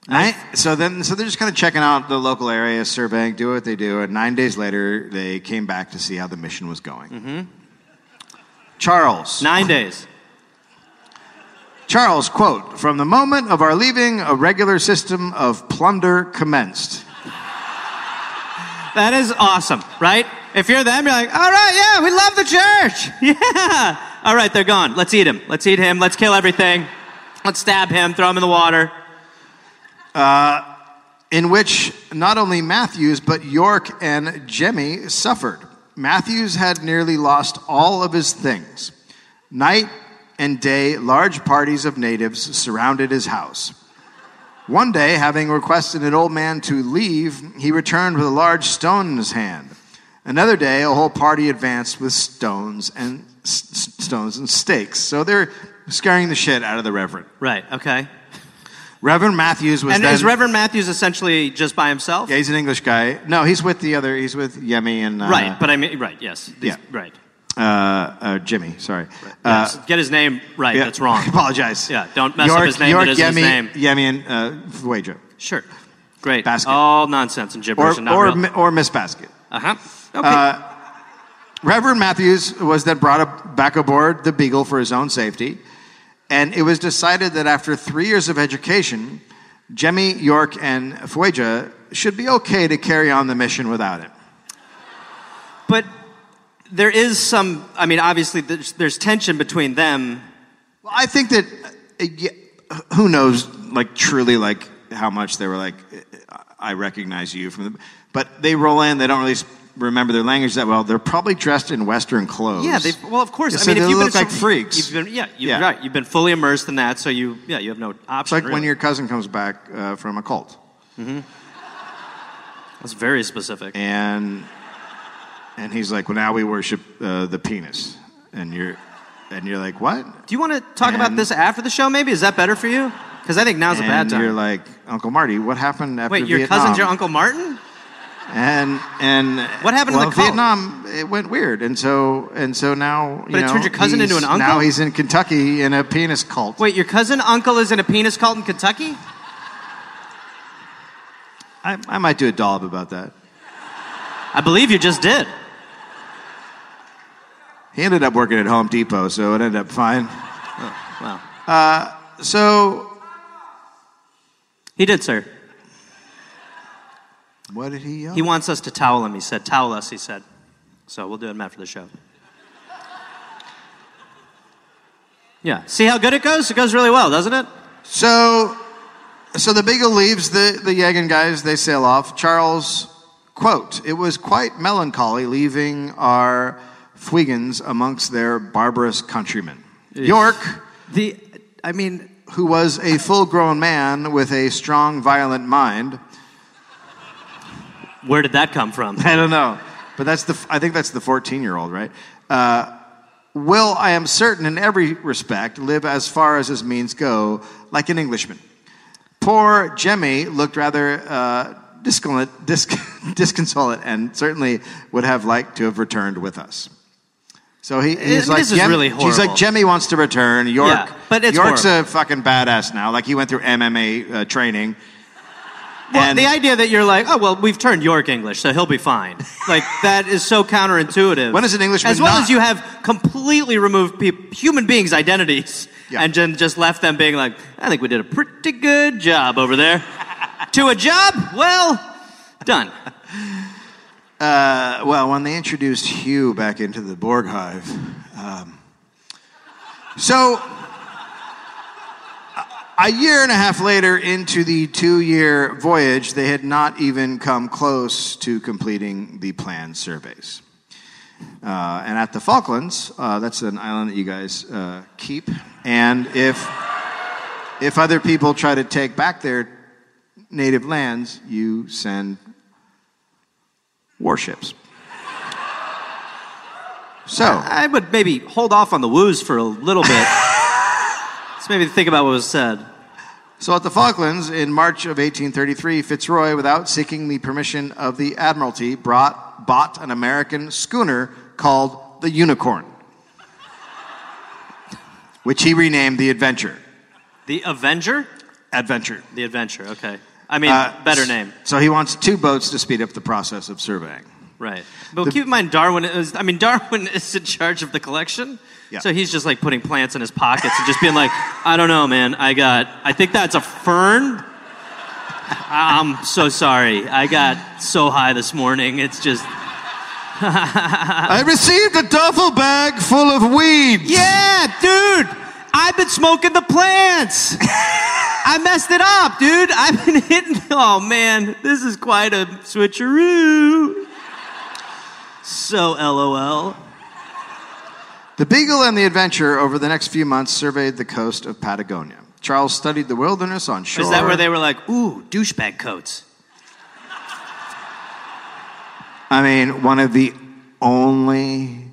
Speaker 2: Right? So then, so they're just kind of checking out the local area, surveying, do what they do. And nine days later, they came back to see how the mission was going. Charles.
Speaker 1: 9 days.
Speaker 2: Charles, quote, from the moment of our leaving, a regular system of plunder commenced.
Speaker 1: That is awesome, right? If you're them, you're like, all right, yeah, we love the church. Yeah. All right, they're gone. Let's eat him. Let's eat him. Let's kill everything. Let's stab him, throw him in the water.
Speaker 2: in which not only Matthews, but York and Jemmy suffered. Matthews had nearly lost all of his things. Night and day, large parties of natives surrounded his house. One day, having requested an old man to leave, he returned with a large stone in his hand. Another day, a whole party advanced with stones and s- s- stones and stakes. So they're scaring the shit out of the Reverend.
Speaker 1: Right, okay.
Speaker 2: Reverend Matthews was
Speaker 1: And
Speaker 2: then,
Speaker 1: is Reverend Matthews essentially just by himself?
Speaker 2: yeah, he's an English guy. No, he's with the other. He's with Yemi and uh,
Speaker 1: Right, but I mean, right, yes. These-
Speaker 2: yeah.
Speaker 1: Right.
Speaker 2: uh, uh, Jimmy. Sorry, uh,
Speaker 1: Yes. Get his name right,
Speaker 2: yeah.
Speaker 1: that's
Speaker 2: I
Speaker 1: wrong.
Speaker 2: apologize.
Speaker 1: Yeah, don't mess up
Speaker 2: York-
Speaker 1: his name
Speaker 2: York,
Speaker 1: that isn't his
Speaker 2: Yemi,
Speaker 1: name.
Speaker 2: Yemi and uh, Fuejo.
Speaker 1: Sure. Great.
Speaker 2: Basket.
Speaker 1: All nonsense and
Speaker 2: or
Speaker 1: gibberish and not
Speaker 2: or, uh,
Speaker 1: real.
Speaker 2: Mi- or Miss Basket.
Speaker 1: uh-huh. Okay.
Speaker 2: Reverend Matthews was then brought up back aboard the Beagle for his own safety, and it was decided that after three years of education, Jemmy, York, and Fueja should be okay to carry on the mission without him.
Speaker 1: but there is some, I mean, obviously there's, there's tension between them
Speaker 2: Well, I think that uh, yeah, who knows, like truly, like how much they were like, I recognize you from the. But they roll in, they don't really s- remember their language that well. They're probably dressed in Western clothes.
Speaker 1: Yeah, they well, of course.
Speaker 2: Yeah,
Speaker 1: I
Speaker 2: so
Speaker 1: mean, if
Speaker 2: they
Speaker 1: you've
Speaker 2: look
Speaker 1: been
Speaker 2: like freaks.
Speaker 1: You've been, yeah, you've,
Speaker 2: Yeah.
Speaker 1: right. You've been fully immersed in that, so you yeah, you have no option.
Speaker 2: It's like when
Speaker 1: really.
Speaker 2: your cousin comes back uh, from a cult,
Speaker 1: That's very specific.
Speaker 2: and and he's like, "Well, now we worship uh, the penis," and you're and you're like, "What?"
Speaker 1: Do you want to talk about
Speaker 2: and-
Speaker 1: this after the show? Maybe is that better for you? Because I think now's a bad
Speaker 2: and
Speaker 1: time.
Speaker 2: you're like, "Uncle Marty, what happened after
Speaker 1: Wait, your
Speaker 2: Vietnam?"
Speaker 1: cousin's your uncle Martin?
Speaker 2: And and
Speaker 1: What happened to
Speaker 2: well,
Speaker 1: the cult?
Speaker 2: Vietnam? It went weird, and so and so now. You
Speaker 1: But it
Speaker 2: know,
Speaker 1: turned your cousin
Speaker 2: he's-
Speaker 1: into an uncle?
Speaker 2: Now he's in Kentucky in a penis cult.
Speaker 1: Wait, your cousin uncle is in a penis cult in Kentucky?
Speaker 2: I, I might do a dollop about that.
Speaker 1: I believe you just did.
Speaker 2: He ended up working at Home Depot, so it ended up fine.
Speaker 1: Oh,
Speaker 2: Uh,
Speaker 1: Wow.
Speaker 2: So,
Speaker 1: He did, sir.
Speaker 2: what did he yell?
Speaker 1: He wants us to towel him, he said. Towel us, he said. So we'll do him after the show. Yeah. See how good it goes? It goes really well, doesn't it?
Speaker 2: So, so the Beagle leaves the, the Yagan guys, they sail off. Charles, quote, it was quite melancholy leaving our Fuegans amongst their barbarous countrymen. York,
Speaker 1: The I mean
Speaker 2: who was a full grown man with a strong, violent mind,
Speaker 1: where did that come from?
Speaker 2: I don't know. But that's the, I think that's the 14 year old, right? Uh, will, I am certain, in every respect, live as far as his means go, like an Englishman. Poor Jemmy looked rather uh, disconsolate, disc- disconsolate and certainly would have liked to have returned with us. So he, he's
Speaker 1: Eh, This
Speaker 2: like,
Speaker 1: is
Speaker 2: "Jem-
Speaker 1: really
Speaker 2: He's like,
Speaker 1: horrible.
Speaker 2: Jemmy wants to return. York,
Speaker 1: Yeah, but it's
Speaker 2: York's
Speaker 1: horrible.
Speaker 2: a fucking badass now. Like, he went through MMA uh, training.
Speaker 1: Well,
Speaker 2: And-
Speaker 1: the idea that you're like, oh well, we've turned York English, so he'll be fine. Like that is so counterintuitive.
Speaker 2: When is an Englishman
Speaker 1: As well
Speaker 2: not-
Speaker 1: as you have completely removed peop human beings' identities
Speaker 2: Yeah.
Speaker 1: and then just left them being like, I think we did a pretty good job over there. to a job, well done.
Speaker 2: Uh, well, when they introduced Hugh back into the Borg Hive, um, so a- a year and a half later into the two-year voyage, they had not even come close to completing the planned surveys. Uh, and at the Falklands, uh, that's an island that you guys uh, keep, and if if other people try to take back their native lands, you send warships. So,
Speaker 1: I would maybe hold off on the woos for a little bit. Let's maybe think about what was said.
Speaker 2: so at the Falklands in March of 1833, Fitzroy, without seeking the permission of the Admiralty, brought bought an American schooner called the Unicorn, which he renamed the Adventure.
Speaker 1: The Avenger?
Speaker 2: Adventure.
Speaker 1: The Adventure, okay. I mean,
Speaker 2: Uh,
Speaker 1: better
Speaker 2: s-
Speaker 1: name.
Speaker 2: So he wants two boats to speed up the process of surveying.
Speaker 1: Right. But keep in mind, Darwin is, I mean, Darwin is in charge of the collection.
Speaker 2: Yeah.
Speaker 1: So he's just like putting plants in his pockets and just being like, I don't know, man. I got, I think that's a fern. I- I'm so sorry. I got so high this morning. It's just,
Speaker 2: I received a duffel bag full of weeds.
Speaker 1: Uh, yeah, dude, I've been smoking the plants. I messed it up, dude. I've been hitting, oh man, this is quite a switcheroo. So LOL.
Speaker 2: The Beagle and the Adventure over the next few months surveyed the coast of Patagonia. Charles studied the wilderness on shore.
Speaker 1: Is that where they were like, ooh, douchebag coats?
Speaker 2: I mean, one of the only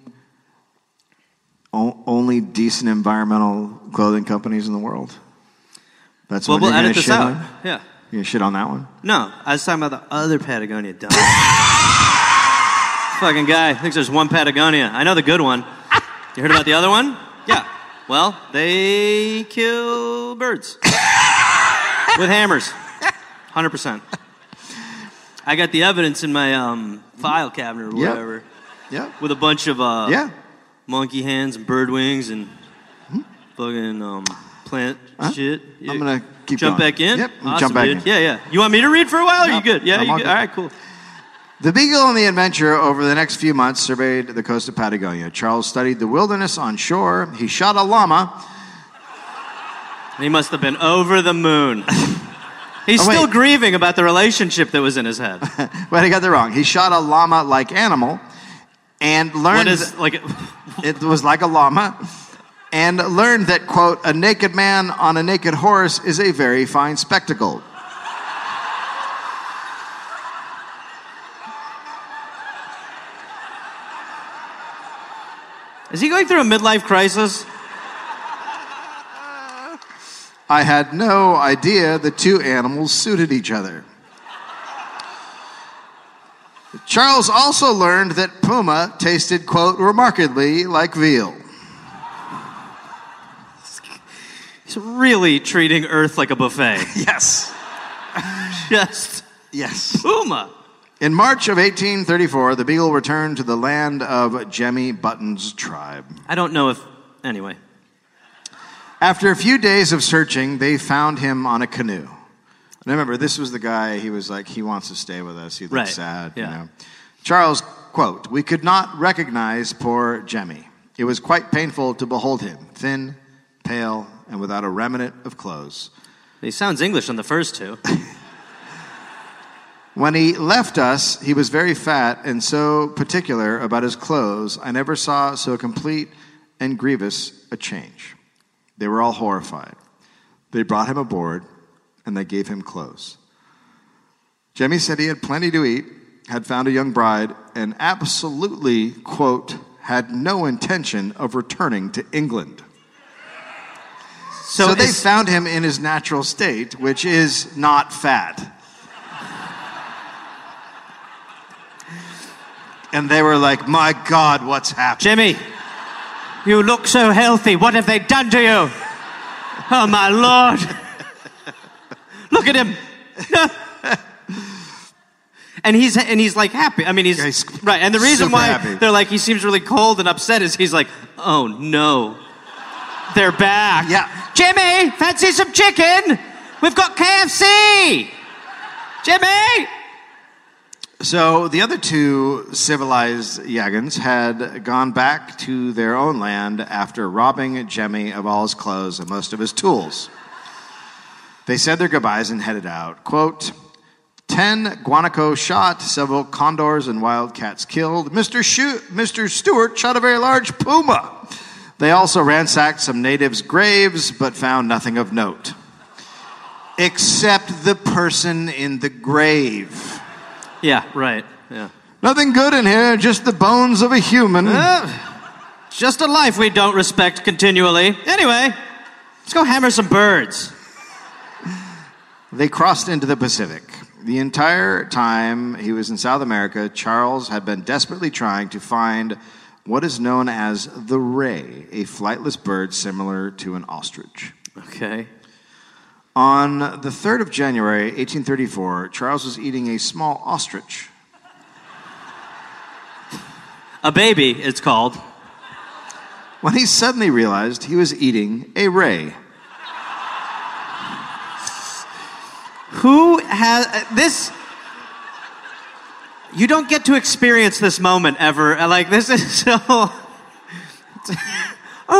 Speaker 2: o- only decent environmental clothing companies in the world. That's
Speaker 1: Well,
Speaker 2: what
Speaker 1: we'll
Speaker 2: you're
Speaker 1: edit
Speaker 2: gonna
Speaker 1: this
Speaker 2: shit
Speaker 1: out.
Speaker 2: on.
Speaker 1: Yeah.
Speaker 2: You're gonna shit on that one.
Speaker 1: No, I was talking about the other Patagonia dumb. Fucking guy thinks there's one Patagonia. I know the good one. You heard about the other one? Yeah. Well, they kill birds with hammers. 100%. I got the evidence in my um, file cabinet or
Speaker 2: Yeah.
Speaker 1: whatever
Speaker 2: Yeah.
Speaker 1: with a bunch of uh,
Speaker 2: Yeah.
Speaker 1: monkey hands and bird wings and fucking um, plant
Speaker 2: Hmm? Huh?
Speaker 1: shit. Yeah.
Speaker 2: I'm gonna keep
Speaker 1: jump
Speaker 2: going.
Speaker 1: back in.
Speaker 2: Yep, I'm gonna
Speaker 1: awesome,
Speaker 2: jump back
Speaker 1: dude.
Speaker 2: in.
Speaker 1: Yeah, yeah. You want me to read for a while? Or
Speaker 2: No,
Speaker 1: you good? Yeah,
Speaker 2: I'm
Speaker 1: you
Speaker 2: all
Speaker 1: good?
Speaker 2: good.
Speaker 1: All right, cool.
Speaker 2: The Beagle and the Adventure over the next few months surveyed the coast of Patagonia. Charles studied the wilderness on shore. He shot a llama.
Speaker 1: And he must have been over the moon. He's
Speaker 2: Oh, wait.
Speaker 1: still grieving about the relationship that was in his head.
Speaker 2: But I got that wrong. He shot a llama like animal and
Speaker 1: What
Speaker 2: learned
Speaker 1: is like?
Speaker 2: it was like a llama and learned that, quote, a naked man on a naked horse is a very fine spectacle.
Speaker 1: Is he going through a midlife crisis?
Speaker 2: I had no idea the two animals suited each other. Charles also learned that puma tasted, quote, remarkably like veal.
Speaker 1: He's really treating Earth like a buffet.
Speaker 2: Yes.
Speaker 1: Just
Speaker 2: Yes.
Speaker 1: Puma.
Speaker 2: In March of 1834, the Beagle returned to the land of Jemmy Button's tribe.
Speaker 1: I don't know if. Anyway.
Speaker 2: After a few days of searching, they found him on a canoe. And remember, this was the guy, he was like, he wants to stay with us. He looks
Speaker 1: Right,
Speaker 2: sad.
Speaker 1: yeah.
Speaker 2: You know. Charles, quote, we could not recognize poor Jemmy. It was quite painful to behold him, thin, pale, and without a remnant of clothes.
Speaker 1: He sounds English on the first two.
Speaker 2: When he left us, he was very fat and so particular about his clothes. I never saw so complete and grievous a change. They were all horrified. They brought him aboard and they gave him clothes. Jemmy said he had plenty to eat, had found a young bride, and absolutely, quote, had no intention of returning to England. So, they
Speaker 1: is-
Speaker 2: found him in his natural state, which is not fat. and they were like, my God, what's happened?
Speaker 1: Jimmy, you look so healthy. What have they done to you? Oh, my Lord. Look at him. and he's and he's like happy. I mean, he's,
Speaker 2: Yeah, he's
Speaker 1: right. And the reason
Speaker 2: super
Speaker 1: why
Speaker 2: happy.
Speaker 1: they're like he seems really cold and upset is he's like, oh no, they're back.
Speaker 2: Yeah.
Speaker 1: Jimmy, fancy some chicken? We've got KFC. Jimmy.
Speaker 2: So the other two civilized Yagans had gone back to their own land after robbing Jemmy of all his clothes and most of his tools. They said their goodbyes and headed out. Quote, Ten guanaco shot, several condors and wildcats killed. Mr. Shu- Mr. Stewart shot a very large puma. They also ransacked some natives' graves, but found nothing of note. Except the person in the grave.
Speaker 1: Yeah. Right. Yeah.
Speaker 2: Nothing good in here, just the bones of a human.
Speaker 1: Eh. Just a life we don't respect continually. Anyway, let's go hammer some birds.
Speaker 2: They crossed into the Pacific. The entire time he was in South America, Charles had been desperately trying to find what is known as the ray, a flightless bird similar to an ostrich.
Speaker 1: Okay.
Speaker 2: On the 3rd of January, 1834, Charles was eating a small ostrich.
Speaker 1: A baby, it's called.
Speaker 2: when he suddenly realized he was eating a ray.
Speaker 1: Who has uh, this? You don't get to experience this moment ever. Uh, Like, this is so. oh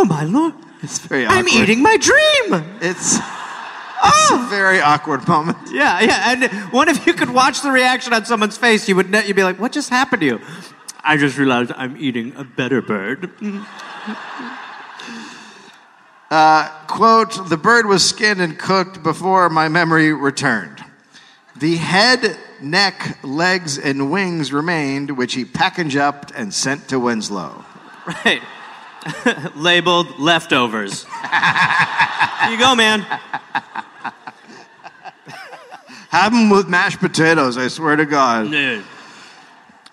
Speaker 1: my lord.
Speaker 2: It's very awkward.
Speaker 1: I'm eating my dream.
Speaker 2: It's, it's
Speaker 1: Oh!
Speaker 2: a very awkward moment.
Speaker 1: Yeah, yeah. And what if you could watch the reaction on someone's face? You would ne- you'd be like, what just happened to you? I just realized I'm eating a better bird.
Speaker 2: quote, the bird was skinned and cooked before my memory returned. The head, neck, legs, and wings remained, which he packaged up and sent to Winslow.
Speaker 1: Right. Labeled leftovers. Here you go, man.
Speaker 2: Have 'em with mashed potatoes, I swear to God.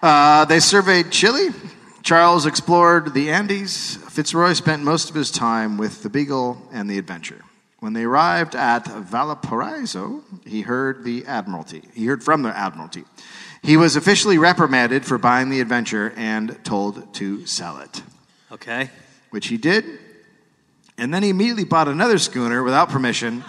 Speaker 2: Uh, they surveyed Chile. Charles explored the Andes. Fitzroy spent most of his time with the Beagle and the Adventure. When they arrived at Valparaiso, he heard the Admiralty. He heard from the Admiralty. He was officially reprimanded for buying the Adventure and told to sell it,
Speaker 1: Okay.
Speaker 2: which he did. And then he immediately bought another schooner without permission,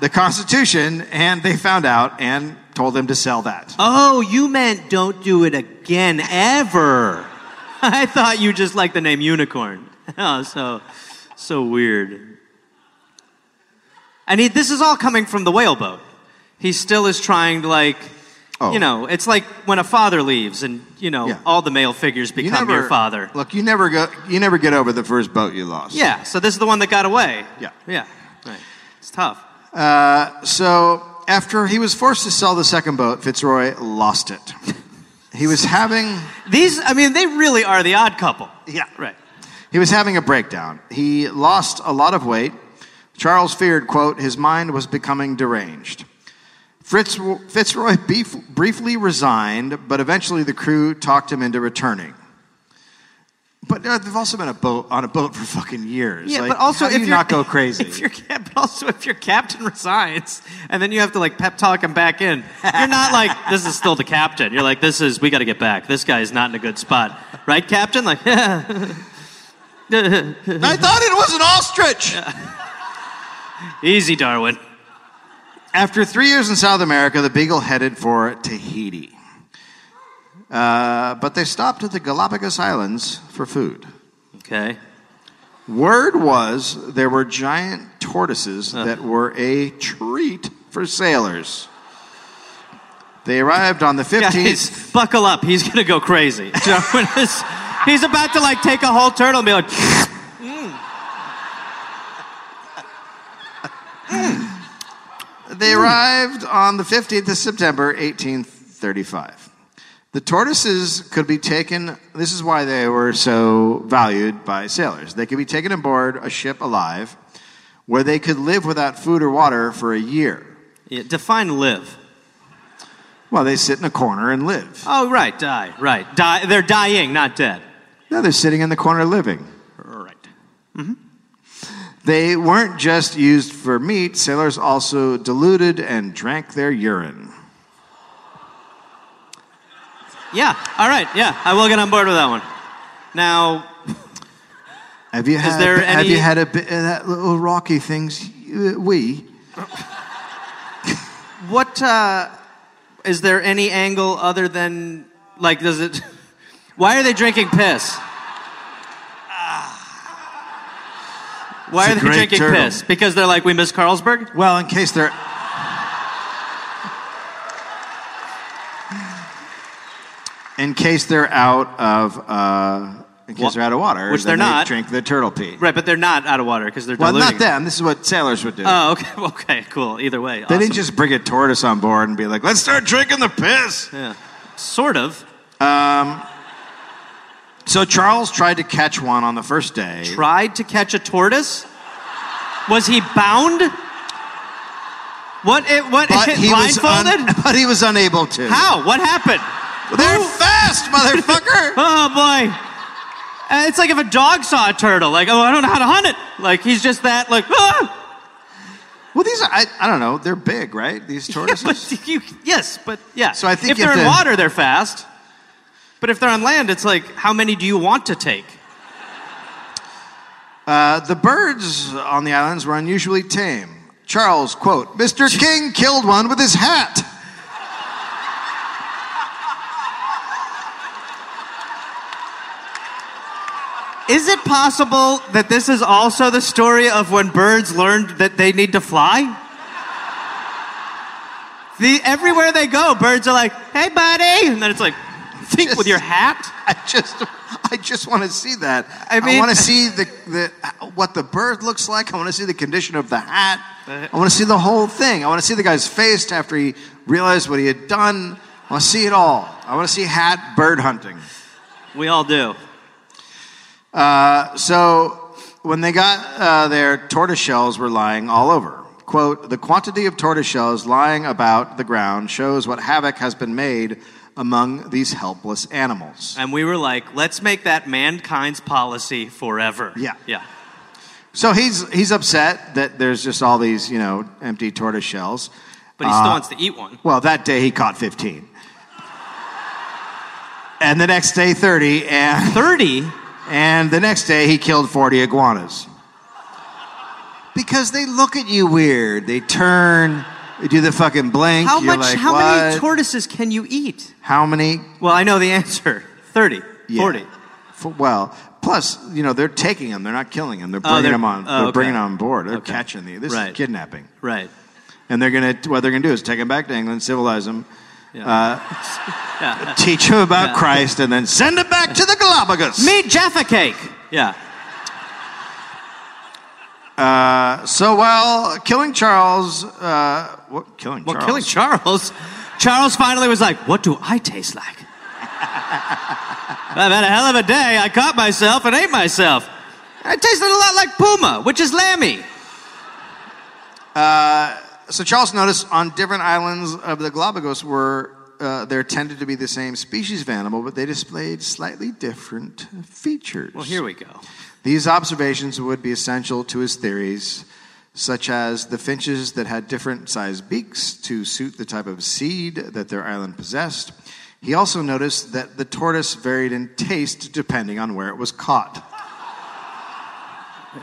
Speaker 2: the Constitution, and they found out and told him to sell that.
Speaker 1: Oh, you meant don't do it again ever. I thought you just liked the name unicorn. Oh, so so weird. And he, this is all coming from the whale boat. He still is trying to like
Speaker 2: Oh.
Speaker 1: you know, it's like when a father leaves and you know,
Speaker 2: Yeah.
Speaker 1: all the male figures become your father.
Speaker 2: Look, you never go. You never get over the first boat you lost.
Speaker 1: Yeah, so this is the one that got away.
Speaker 2: Yeah.
Speaker 1: Yeah. Right. It's tough.
Speaker 2: Uh, so after he was forced to sell the second boat, Fitzroy lost it. He was having
Speaker 1: These, I mean, they really are the odd couple.
Speaker 2: Yeah.
Speaker 1: Right.
Speaker 2: he was having a breakdown. He lost a lot of weight. Charles feared, quote, his mind was becoming deranged. Fritz, Fitzroy beef, briefly resigned, but eventually the crew talked him into returning. But uh, they've also been a boat on a boat for fucking years.
Speaker 4: Yeah,
Speaker 2: Like,
Speaker 4: but also
Speaker 2: how do
Speaker 4: if
Speaker 2: you
Speaker 4: your-
Speaker 2: not go crazy.
Speaker 4: If your cap, but also if your captain resigns and then you have to like pep talk him back in,
Speaker 1: You're not like, this is still the captain. You're like, this is, we got to get back. This guy's not in a good spot. Right, captain? Like,
Speaker 2: I thought it was an ostrich.
Speaker 1: easy, Darwin.
Speaker 2: After three years in South America, the Beagle headed for Tahiti. Uh, but they stopped at the Galapagos Islands for food.
Speaker 1: Okay.
Speaker 2: Word was there were giant tortoises that were a treat for sailors. They arrived on the 15th.
Speaker 1: Guys, buckle up. He's going to go crazy. Darwin is, he's about to like take a whole turtle and be like,
Speaker 2: They arrived on the 15th of September, 1835. The tortoises could be taken, this is why they were so valued by sailors. They could be taken aboard a ship alive where they could live without food or water for a year.
Speaker 1: Yeah, define live.
Speaker 2: Well, they sit in a corner and live.
Speaker 1: Oh, right, die. Right. Die. They're dying, not dead.
Speaker 2: No, they're sitting in the corner living.
Speaker 1: Right.
Speaker 2: They weren't just used for meat, sailors also diluted and drank their urine.
Speaker 1: Yeah. All right. Yeah. I will get on board with that one. Now,
Speaker 2: Have you had,
Speaker 1: there
Speaker 2: have
Speaker 1: any-
Speaker 2: you had a bit of that little rocky things? Uh, We.
Speaker 1: what uh, is there any angle other than like does it? Why are they drinking piss? Why
Speaker 2: It's a
Speaker 1: are they
Speaker 2: Ah. great
Speaker 1: drinking
Speaker 2: turtle.
Speaker 1: piss? Because they're like we miss Carlsberg.
Speaker 2: Well, in case they're. In case they're out of, uh, in case
Speaker 1: Wa-
Speaker 2: they're out of water,
Speaker 1: which
Speaker 2: then
Speaker 1: they're
Speaker 2: they
Speaker 1: not.
Speaker 2: drink the turtle pee.
Speaker 1: Right, but they're not out of water because they're
Speaker 2: Well,
Speaker 1: diluting.
Speaker 2: not them. This is what sailors would do.
Speaker 1: Oh, okay. Okay. Cool. Either way.
Speaker 2: they
Speaker 1: awesome.
Speaker 2: didn't just bring a tortoise on board and be like, "Let's start drinking the piss."
Speaker 1: Yeah. Sort of.
Speaker 2: So Charles tried to catch one on the first day.
Speaker 1: tried to catch a tortoise? Was he bound? What? It, what?
Speaker 2: but he was un-
Speaker 1: blindfolded?
Speaker 2: but he was unable to.
Speaker 1: How? What happened?
Speaker 2: They're
Speaker 1: Who-
Speaker 2: fast, motherfucker.
Speaker 1: Oh boy! Uh, It's like if a dog saw a turtle. Like, oh, I don't know how to hunt it. Like he's just that. Like, ah!
Speaker 2: well, these are, I, I don't know. They're big, right? These tortoises.
Speaker 1: But you, yes, but yeah.
Speaker 2: So I think
Speaker 1: if
Speaker 2: you
Speaker 1: they're
Speaker 2: have
Speaker 1: in
Speaker 2: to-
Speaker 1: water, they're fast. But if they're on land, it's like, how many do you want to take?
Speaker 2: Uh, the birds on the islands were unusually tame. Charles, quote, Mr. King killed one with his hat.
Speaker 1: Is it possible that this is also the story of when birds learned that they need to fly? The, everywhere they go, birds are like, hey, buddy. And then it's like, think
Speaker 2: Just-
Speaker 1: with your hat?
Speaker 2: I just, I just want to see that.
Speaker 1: I
Speaker 2: I
Speaker 1: mean-
Speaker 2: want to see the, the what the bird looks like. I want to see the condition of the hat. I want to see the whole thing. I want to see the guy's face after he realized what he had done. I want to see it all. I want to see hat bird hunting.
Speaker 1: We all do.
Speaker 2: Uh, So when they got uh, there, tortoise shells were lying all over. Quote, the quantity of tortoise shells lying about the ground shows what havoc has been made among these helpless animals.
Speaker 1: And we were like, let's make that mankind's policy forever.
Speaker 2: Yeah.
Speaker 1: Yeah.
Speaker 2: So he's, he's upset that there's just all these, you know, empty tortoise shells.
Speaker 1: But he still
Speaker 2: Uh,
Speaker 1: wants to eat one.
Speaker 2: Well, that day he caught 15. And the next day 30, and,
Speaker 1: 30?
Speaker 2: and the next day he killed 40 iguanas. Because they look at you weird. They turn, they do the fucking blink.
Speaker 1: How
Speaker 2: You're
Speaker 1: much,
Speaker 2: like,
Speaker 1: how many
Speaker 2: "What?"
Speaker 1: tortoises can you eat?
Speaker 2: How many?
Speaker 1: Well, I know the answer 30,
Speaker 2: Yeah.
Speaker 1: 40.
Speaker 2: F- Well, plus, you know, they're taking them. They're not killing them. They're
Speaker 1: Oh,
Speaker 2: bringing
Speaker 1: they're-
Speaker 2: them on.
Speaker 1: oh,
Speaker 2: they're
Speaker 1: okay.
Speaker 2: bringing 'em on board. They're
Speaker 1: Okay.
Speaker 2: catching the. This
Speaker 1: Right.
Speaker 2: is kidnapping.
Speaker 1: Right.
Speaker 2: And they're gonna what they're gonna do is take them back to England, civilize them,
Speaker 1: Yeah.
Speaker 2: uh, teach them about
Speaker 1: Yeah.
Speaker 2: Christ, and then send them back to the Galapagos.
Speaker 1: Meet Jaffa Cake! Yeah.
Speaker 2: So while killing Charles, uh, what killing
Speaker 1: Well,
Speaker 2: Charles?
Speaker 1: killing Charles, Charles finally was like, "What do I taste like?" I've had a hell of a day. I caught myself and ate myself. I tasted a lot like puma, which is lammy.
Speaker 2: So Charles noticed on different islands of the Galapagos were uh, there tended to be the same species of animal, but they displayed slightly different features.
Speaker 4: Well, here we go.
Speaker 2: These observations would be essential to his theories, such as the finches that had different sized beaks to suit the type of seed that their island possessed. He also noticed that the tortoise varied in taste depending on where it was caught.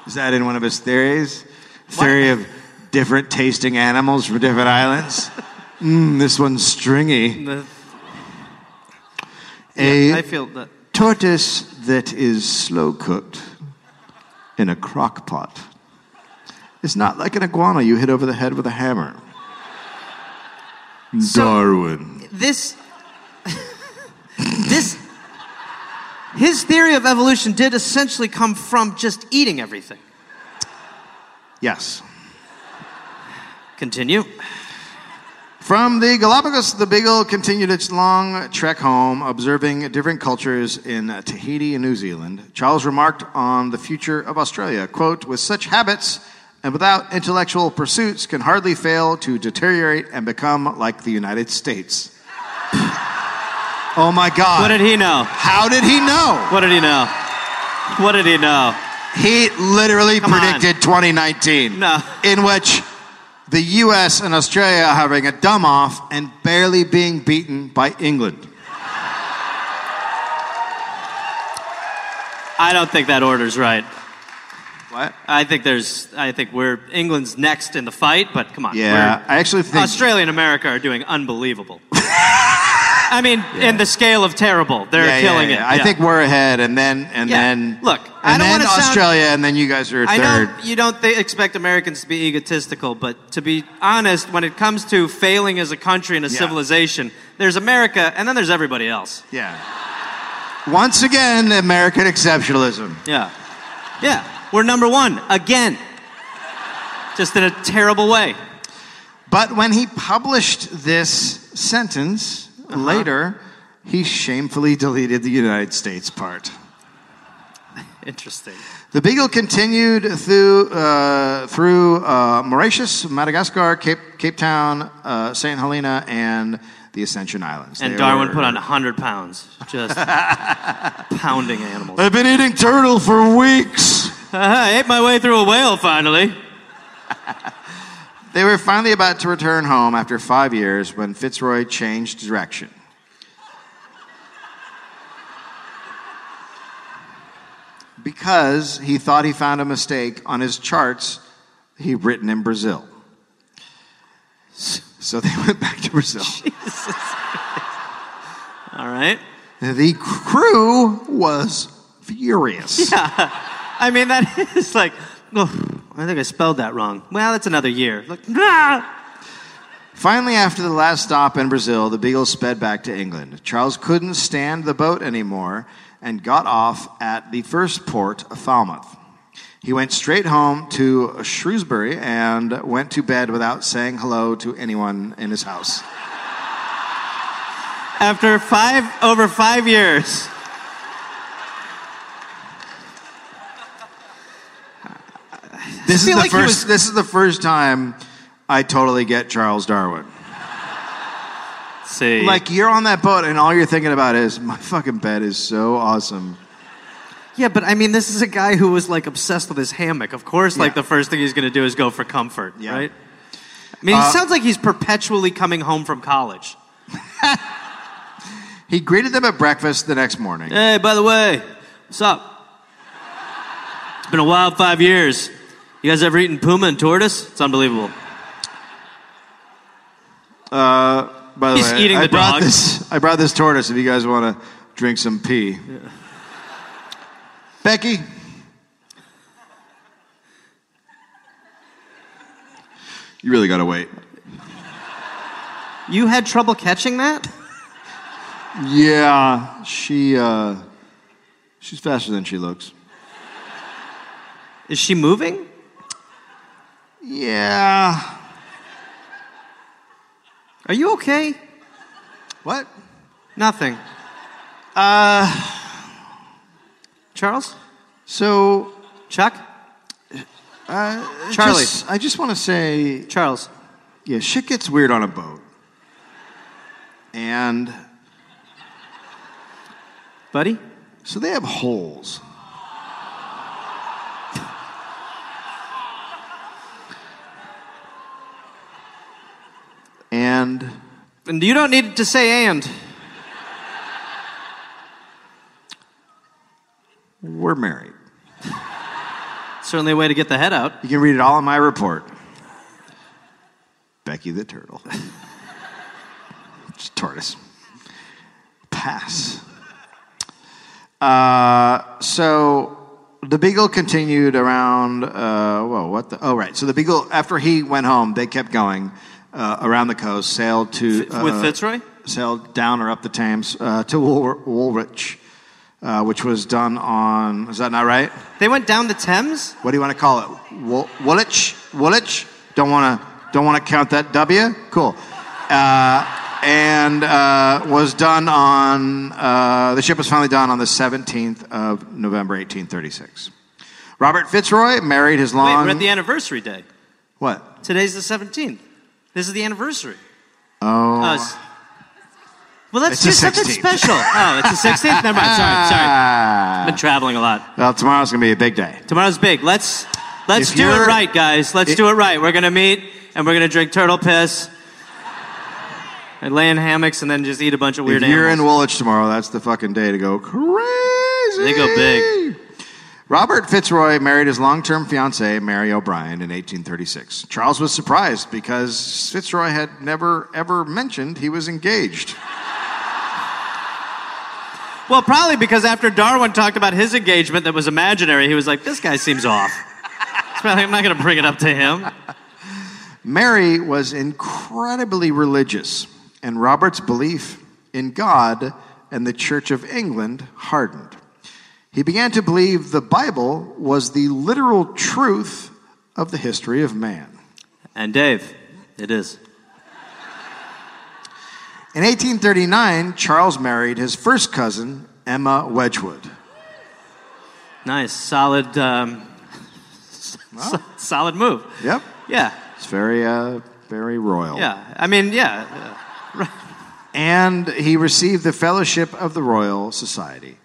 Speaker 2: Is that in one of his theories? Theory of different tasting animals from different islands? Mm, this one's stringy.
Speaker 4: The-
Speaker 2: A-
Speaker 4: I feel that.
Speaker 2: tortoise that is slow cooked in a crock pot is not like an iguana you hit over the head with a hammer. Darwin.
Speaker 4: this this his theory of evolution did essentially come from just eating everything
Speaker 2: Yes.
Speaker 4: continue
Speaker 2: From the Galapagos, the Beagle continued its long trek home, observing different cultures in Tahiti and New Zealand. Charles remarked on the future of Australia, quote, with such habits and without intellectual pursuits can hardly fail to deteriorate and become like the United States. oh my God.
Speaker 1: What did he know?
Speaker 2: How did he know?
Speaker 1: What did he know? What did he know?
Speaker 2: He literally
Speaker 1: on.
Speaker 2: predicted 2019.
Speaker 1: No.
Speaker 2: In which the US and Australia are having a dumb off and barely being beaten by England.
Speaker 1: I don't think that order's right.
Speaker 2: What?
Speaker 1: I think there's. I think we're England's next in the fight, but come on.
Speaker 2: Yeah, I actually
Speaker 1: we're-
Speaker 2: think
Speaker 1: Australia and America are doing unbelievable. I mean, in the scale of terrible, they're
Speaker 2: Yeah, yeah,
Speaker 1: killing
Speaker 2: yeah.
Speaker 1: it.
Speaker 2: I
Speaker 1: Yeah.
Speaker 2: think we're ahead, and then and
Speaker 1: Yeah.
Speaker 2: then
Speaker 1: Look,
Speaker 2: and
Speaker 1: I don't
Speaker 2: then
Speaker 1: wanna sound-
Speaker 2: Australia, and then you guys are
Speaker 1: I
Speaker 2: third.
Speaker 1: know you don't th- expect Americans to be egotistical, but to be honest, when it comes to failing as a country and a
Speaker 2: Yeah.
Speaker 1: civilization, there's America and then there's everybody else.
Speaker 2: Yeah. Once again, American exceptionalism.
Speaker 1: Yeah. Yeah. We're number one again. Just in a terrible way.
Speaker 2: But when he published this sentence
Speaker 1: Uh-huh.
Speaker 2: later, he shamefully deleted the United States part.
Speaker 1: Interesting.
Speaker 2: The Beagle continued through, uh, through uh, Mauritius, Madagascar, Cape, Cape Town, uh, St. Helena, and the Ascension Islands.
Speaker 1: And
Speaker 2: They
Speaker 1: Darwin
Speaker 2: were-
Speaker 1: put on 100 pounds, just pounding animals.
Speaker 2: I've been eating turtle for weeks.
Speaker 1: I ate my way through a whale finally.
Speaker 2: They were finally about to return home after five years when Fitzroy changed direction. Because he thought he found a mistake on his charts he'd written in Brazil. So they went back to Brazil.
Speaker 1: All right.
Speaker 2: The crew was furious.
Speaker 1: I mean, that is like, oh, I think I spelled that wrong. Well, that's another year. Like, ah!
Speaker 2: Finally, after the last stop in Brazil, the Beagle sped back to England. Charles couldn't stand the boat anymore and got off at the first port of Falmouth. He went straight home to Shrewsbury and went to bed without saying hello to anyone in his house.
Speaker 1: After five, over five years.
Speaker 2: This is
Speaker 1: feel
Speaker 2: the
Speaker 1: like he
Speaker 2: first.
Speaker 1: was-
Speaker 2: This is the first time I totally get Charles Darwin.
Speaker 1: See.
Speaker 2: Like you're on that boat and all you're thinking about is my fucking bed is so awesome.
Speaker 1: yeah, but I mean, this is a guy who was like obsessed with his hammock. Of course, like
Speaker 2: Yeah.
Speaker 1: the first thing he's going to do is go for comfort,
Speaker 2: Yeah.
Speaker 1: right? I mean,
Speaker 2: Uh,
Speaker 1: it sounds like he's perpetually coming home from college.
Speaker 2: He greeted them at breakfast the next morning.
Speaker 1: Hey, by the way, what's up? It's been a wild five years. You guys ever eaten puma and tortoise? It's unbelievable.
Speaker 2: By the
Speaker 1: He's
Speaker 2: way,
Speaker 1: eating
Speaker 2: I
Speaker 1: the
Speaker 2: brought
Speaker 1: dog.
Speaker 2: this. I brought this tortoise. If you guys want to drink some pee, Becky. You really gotta wait.
Speaker 4: you had trouble catching that
Speaker 2: Yeah, she. Uh, she's faster than she looks.
Speaker 4: is she moving
Speaker 2: Yeah.
Speaker 4: are you okay
Speaker 2: What?
Speaker 4: nothing uh
Speaker 1: Uh,
Speaker 4: charles
Speaker 2: So,
Speaker 4: chuck
Speaker 2: uh,
Speaker 4: Charlie.
Speaker 2: just- I just want to say
Speaker 4: charles
Speaker 2: Yeah, shit gets weird on a boat. And
Speaker 5: Buddy?
Speaker 2: so they have holes. and
Speaker 1: And you don't need to say and.
Speaker 2: we're married.
Speaker 1: Certainly a way to get the head out.
Speaker 2: You can read it all in my report. Becky the turtle. It's tortoise. Pass. Uh, so the Beagle continued around. Uh, whoa, what the? Oh, right. So the Beagle, after he went home, they kept going uh, around the coast, sailed to
Speaker 1: Fi- with
Speaker 2: uh,
Speaker 1: Fitzroy?
Speaker 2: sailed down or up the Thames uh, to Wool- Woolwich, uh, which was done on. Is that not right?
Speaker 1: They went down the Thames?
Speaker 2: what do you want to call it? Wool- Woolwich? Woolwich? Don't want to don't want to count that W. Cool. Uh, and uh, was done on uh, the ship was finally done on the 17th of November 1836. Robert Fitzroy married his
Speaker 1: Wait,
Speaker 2: long
Speaker 1: we're at the anniversary day.
Speaker 2: what?
Speaker 1: Today's the 17th. This is the anniversary.
Speaker 2: Oh,
Speaker 1: Uh, s- well, let's
Speaker 2: It's
Speaker 1: do
Speaker 2: the
Speaker 1: something
Speaker 2: 16th.
Speaker 1: special. Oh, it's the 16th? Never mind. Sorry, sorry. I've been traveling a lot.
Speaker 2: Ah. well, tomorrow's gonna be a big day.
Speaker 1: Tomorrow's big. Let's let's
Speaker 2: If
Speaker 1: do it
Speaker 2: you're-
Speaker 1: right, guys. Let's
Speaker 2: It-
Speaker 1: do it right. We're gonna meet and we're gonna drink turtle piss and lay in hammocks and then just eat a bunch of weird
Speaker 2: if you're in
Speaker 1: animals.
Speaker 2: Woolwich tomorrow, that's the fucking day to go crazy.
Speaker 1: They go big.
Speaker 2: Robert Fitzroy married his long-term fiancee Mary O'Brien in 1836. Charles was surprised because Fitzroy had never ever mentioned he was engaged.
Speaker 1: well, probably because after Darwin talked about his engagement that was imaginary, he was like, "This guy seems off." It's probably- I'm not gonna bring it up to him.
Speaker 2: Mary was incredibly religious, and Robert's belief in God and the Church of England hardened. He began to believe the Bible was the literal truth of the history of man.
Speaker 1: And Dave, it is.
Speaker 2: In 1839, Charles married his first cousin, Emma Wedgwood.
Speaker 1: Nice, solid, um, so- solid move.
Speaker 2: Yep.
Speaker 1: Yeah,
Speaker 2: It's very, uh, very royal.
Speaker 1: yeah. I mean, yeah. uh,
Speaker 2: And he received the Fellowship of the Royal Society.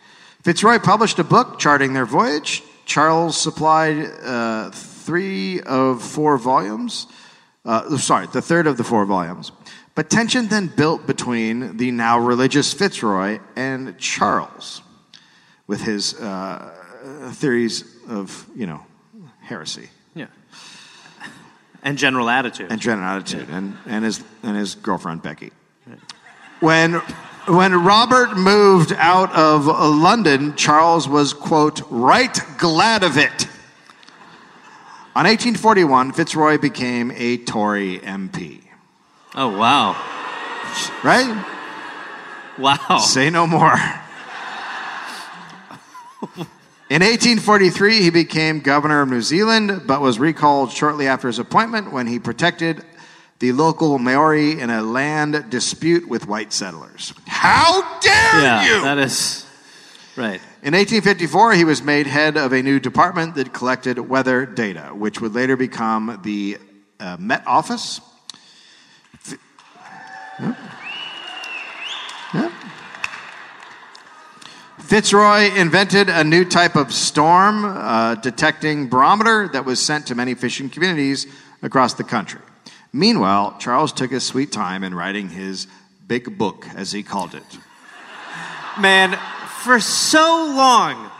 Speaker 2: Fitzroy published a book charting their voyage. Charles supplied uh, three of four volumes. Uh, sorry, the third of the four volumes. But tension then built between the now religious Fitzroy and Charles with his uh, theories of, you know, heresy.
Speaker 1: Yeah. And general attitude.
Speaker 2: and Jen attitude and, and his and his girlfriend Becky. When when Robert moved out of uh, London, Charles was quote right glad of it. On 1841, Fitzroy became a Tory MP.
Speaker 1: oh wow.
Speaker 2: Right?
Speaker 1: Wow.
Speaker 2: Say no more. In 1843, he became governor of New Zealand, but was recalled shortly after his appointment when he protected the local Maori in a land dispute with white settlers. How dare
Speaker 1: yeah,
Speaker 2: you!
Speaker 1: that is right.
Speaker 2: In 1854, he was made head of a new department that collected weather data, which would later become the uh, Met Office. F- Yep. Yep. Fitzroy invented a new type of storm uh, detecting barometer that was sent to many fishing communities across the country. Meanwhile, Charles took his sweet time in writing his big book, as he called it.
Speaker 1: Man, for so long,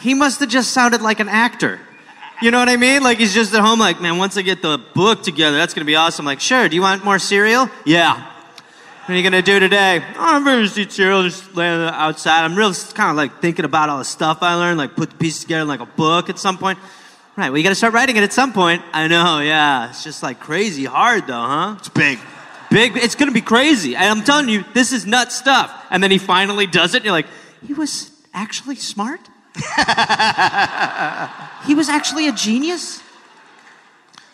Speaker 1: he must have just sounded like an actor. You know what I mean? Like he's just at home, like, man, once I get the book together, that's gonna be awesome. Like, sure, do you want more cereal? Yeah. What are you gonna do today? Oh, I'm gonna just eat cereal, just laying outside. I'm real kind of like thinking about all the stuff I learned, like put the pieces together in like a book at some point. Right, well, you gotta start writing it at some point. I know, yeah. It's just like crazy hard though, huh?
Speaker 2: It's big.
Speaker 1: big. It's gonna be crazy. And I'm telling you, this is nut stuff. And then he finally does it. And you're like, he was actually smart. he was actually a genius.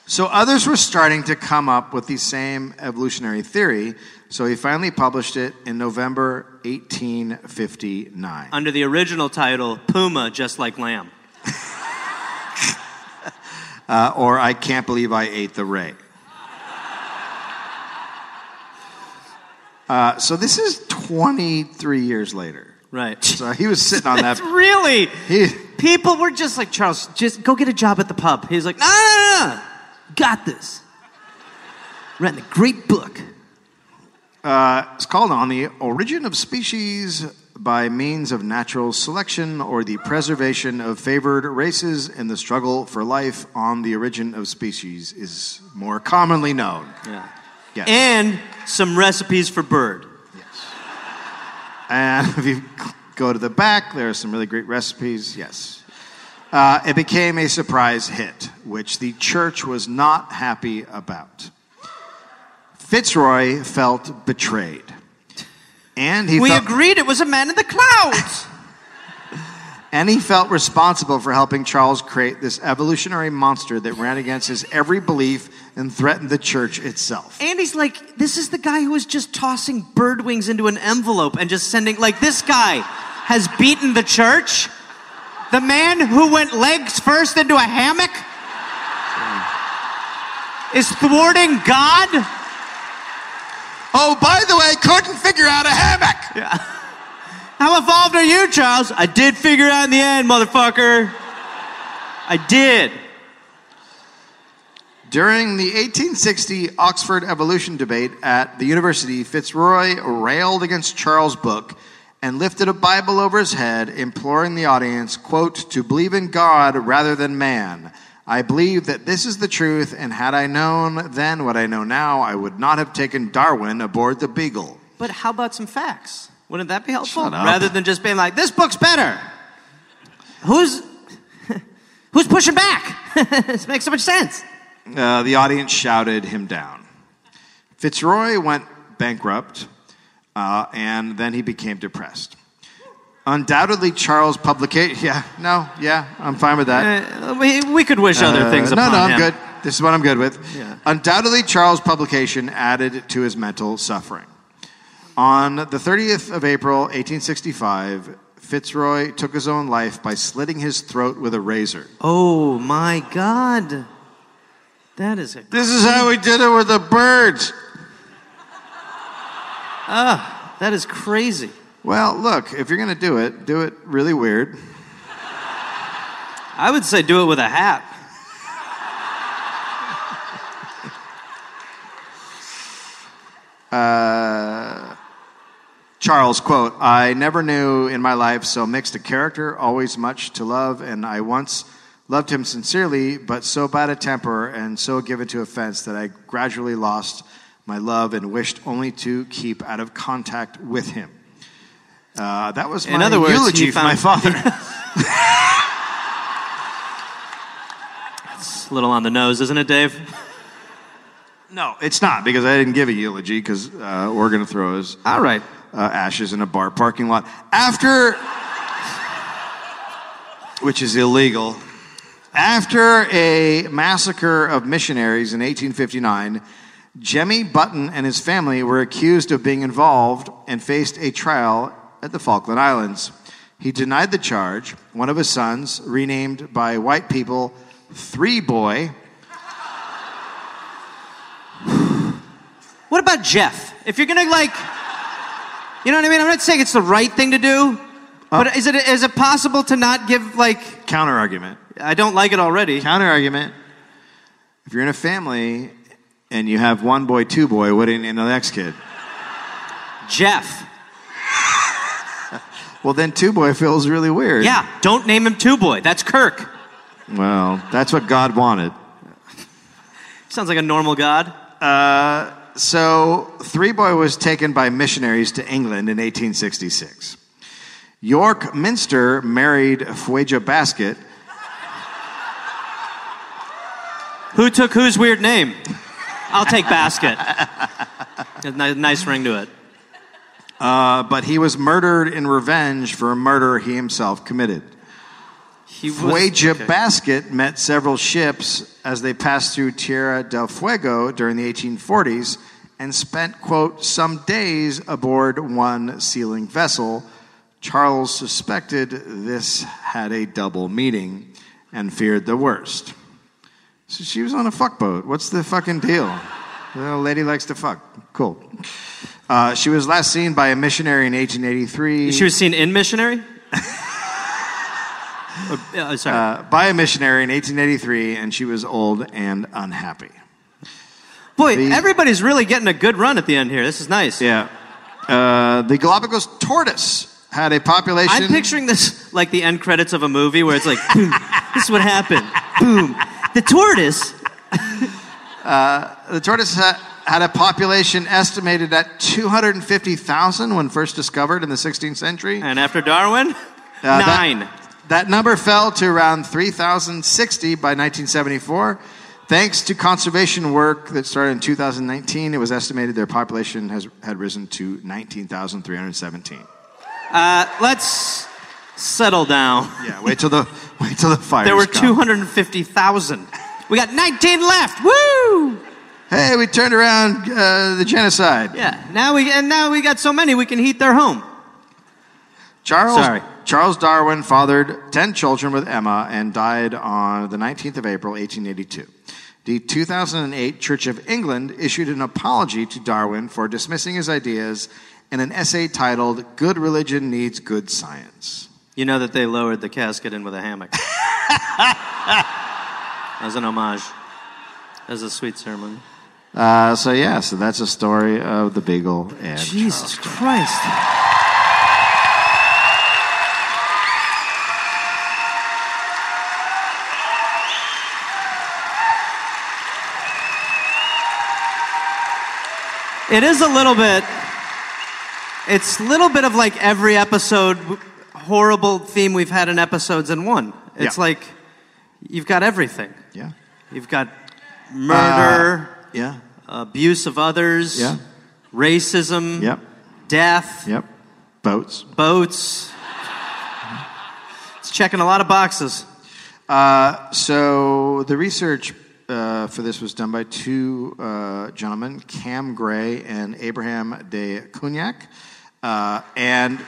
Speaker 2: So others were starting to come up with the same evolutionary theory, so he finally published it in November 1859.
Speaker 1: Under the original title, Puma just like lamb.
Speaker 2: Uh, or I can't believe I ate the ray. Uh, so this is 23 years later.
Speaker 1: Right.
Speaker 2: So he was sitting on that.
Speaker 1: really?
Speaker 2: He,
Speaker 1: People were just like, Charles, just go get a job at the pub. He's like, no, no, no, no. Got this. Writing a great book.
Speaker 2: uh, it's called On the Origin of Species by Means of Natural Selection or the Preservation of Favored Races and the Struggle for Life on the Origin of Species is more commonly known.
Speaker 1: Yeah.
Speaker 2: Yes.
Speaker 1: And some recipes for bird.
Speaker 2: And if you go to the back, there are some really great recipes. Yes. Uh, it became a surprise hit, which the church was not happy about. Fitzroy felt betrayed. And he,
Speaker 1: we
Speaker 2: felt,
Speaker 1: agreed it was a man in the clouds.
Speaker 2: and he felt responsible for helping Charles create this evolutionary monster that ran against his every belief and threatened the church itself.
Speaker 1: and he's like, this is the guy who was just tossing bird wings into an envelope and just sending, like, this guy has beaten the church. The man who went legs first into a hammock is thwarting God.
Speaker 2: Oh, by the way, couldn't figure out a hammock!
Speaker 1: How involved are you, Charles? I did figure it out in the end, motherfucker. I did.
Speaker 2: During the 1860 Oxford evolution debate at the university, Fitzroy railed against Charles Book and lifted a Bible over his head, imploring the audience, quote, to believe in God rather than man. I believe that this is the truth, and had I known then what I know now, I would not have taken Darwin aboard the Beagle.
Speaker 1: But how about some facts? Wouldn't that be helpful?
Speaker 2: Shut up.
Speaker 1: Rather than just being like, this book's better. Who's who's pushing back? this makes so much sense.
Speaker 2: Uh, the audience shouted him down. Fitzroy went bankrupt, uh, and then he became depressed. Undoubtedly, Charles publication. Yeah, no, yeah, I'm fine with that.
Speaker 1: Uh, we, we could wish other things
Speaker 2: Uh, no,
Speaker 1: upon
Speaker 2: no, I'm
Speaker 1: him.
Speaker 2: good. This is what I'm good with.
Speaker 1: Yeah.
Speaker 2: Undoubtedly, Charles' publication added to his mental suffering. On the 30th of April, 1865, Fitzroy took his own life by slitting his throat with a razor.
Speaker 1: Oh my god. That is a
Speaker 2: This is how we did it with the birds.
Speaker 1: that is crazy.
Speaker 2: Well, look, if you're going to do it, do it really weird.
Speaker 1: I would say do it with a hat.
Speaker 2: Charles, quote, I never knew in my life so mixed a character, always much to love, and I once loved him sincerely, but so bad a temper and so given to offense that I gradually lost my love and wished only to keep out of contact with him. Uh, that was my
Speaker 1: In other words, he
Speaker 2: eulogy for
Speaker 1: found-
Speaker 2: my father.
Speaker 1: It's a little on the nose, isn't it, Dave?
Speaker 2: no, it's not because I didn't give a eulogy because uh, we're going to throw his
Speaker 1: All right.
Speaker 2: uh, ashes in a bar parking lot after which is illegal after a massacre of missionaries in 1859 jemmy button and his family were accused of being involved and faced a trial at the falkland islands he denied the charge one of his sons renamed by white people three boy
Speaker 1: What about Jeff? If you're gonna like, you know what I mean. I'm not saying it's the right thing to do,
Speaker 2: Uh,
Speaker 1: but is it is it possible to not give like?
Speaker 2: counter argument
Speaker 1: I don't like it already.
Speaker 2: Counter argument: If you're in a family and you have one boy, two boy, what do you need the next kid?
Speaker 1: Jeff.
Speaker 2: Well, then two boy feels really weird.
Speaker 1: Yeah. Don't name him Two Boy. That's Kirk.
Speaker 2: Well, that's what God wanted.
Speaker 1: Sounds like a normal god.
Speaker 2: So three boy was taken by missionaries to England in 1866. York Minster married Fueja Basket.
Speaker 1: Who took whose weird name? I'll take Basket. A ni- nice ring to it.
Speaker 2: Uh, but he was murdered in revenge for a murder he himself committed.
Speaker 1: He was-
Speaker 2: Fueja
Speaker 1: okay.
Speaker 2: Basket met several ships as they passed through Tierra del Fuego during the 1840s and spent, quote, some days aboard one sealing vessel. Charles suspected this had a double meaning and feared the worst. So she was on a fuck boat. What's the fucking deal? The lady likes to fuck. Cool. Uh, she was last seen by a missionary in 1883.
Speaker 1: She was seen in missionary. Or- uh, sorry.
Speaker 2: uh, by a missionary in 1883, and she was old and unhappy.
Speaker 1: Boy,
Speaker 2: the-
Speaker 1: everybody's really getting a good run at the end here. This is nice.
Speaker 2: Yeah. Uh, the Galapagos tortoise had a population.
Speaker 1: I'm picturing this like the end credits of a movie where it's like, boom, this is what happened. Boom. The tortoise.
Speaker 2: The tortoise ha- had a population estimated at 250,000 when first discovered in the 16th century.
Speaker 1: And after Darwin,
Speaker 2: Uh, that-
Speaker 1: nine.
Speaker 2: That number fell to around 3,060 by 1974. Thanks to conservation work that started in 2019, it was estimated their population has, had risen to 19,317.
Speaker 1: Uh, let's settle down.
Speaker 2: Yeah, wait till the wait till the fires.
Speaker 1: There were
Speaker 2: come.
Speaker 1: 250,000. We got 19 left. Woo!
Speaker 2: Hey, we turned around uh, the genocide.
Speaker 1: Yeah. Now we and now we got so many we can heat their home.
Speaker 2: Charles,
Speaker 1: Sorry.
Speaker 2: Charles Darwin fathered 10 children with Emma and died on the 19th of April, 1882. The 2008 Church of England issued an apology to Darwin for dismissing his ideas in an essay titled Good Religion Needs Good Science.
Speaker 1: You know that they lowered the casket in with a hammock. As an homage. As a sweet ceremony.
Speaker 2: Uh, so, yeah, so that's a story of the Beagle and
Speaker 1: Jesus
Speaker 2: Charles.
Speaker 1: Christ. It is a little bit. It's a little bit of like every episode, horrible theme we've had in episodes in one. It's
Speaker 2: Yeah.
Speaker 1: like you've got everything.
Speaker 2: Yeah.
Speaker 1: You've got
Speaker 2: Uh,
Speaker 1: murder,
Speaker 2: Yeah.
Speaker 1: abuse of others,
Speaker 2: Yeah.
Speaker 1: racism,
Speaker 2: Yep.
Speaker 1: death,
Speaker 2: Yep. Boats.
Speaker 1: boats. It's checking a lot of boxes.
Speaker 2: Uh, so the research uh, for this was done by two uh, gentlemen, Cam Gray and Abraham de Cognac, uh, and.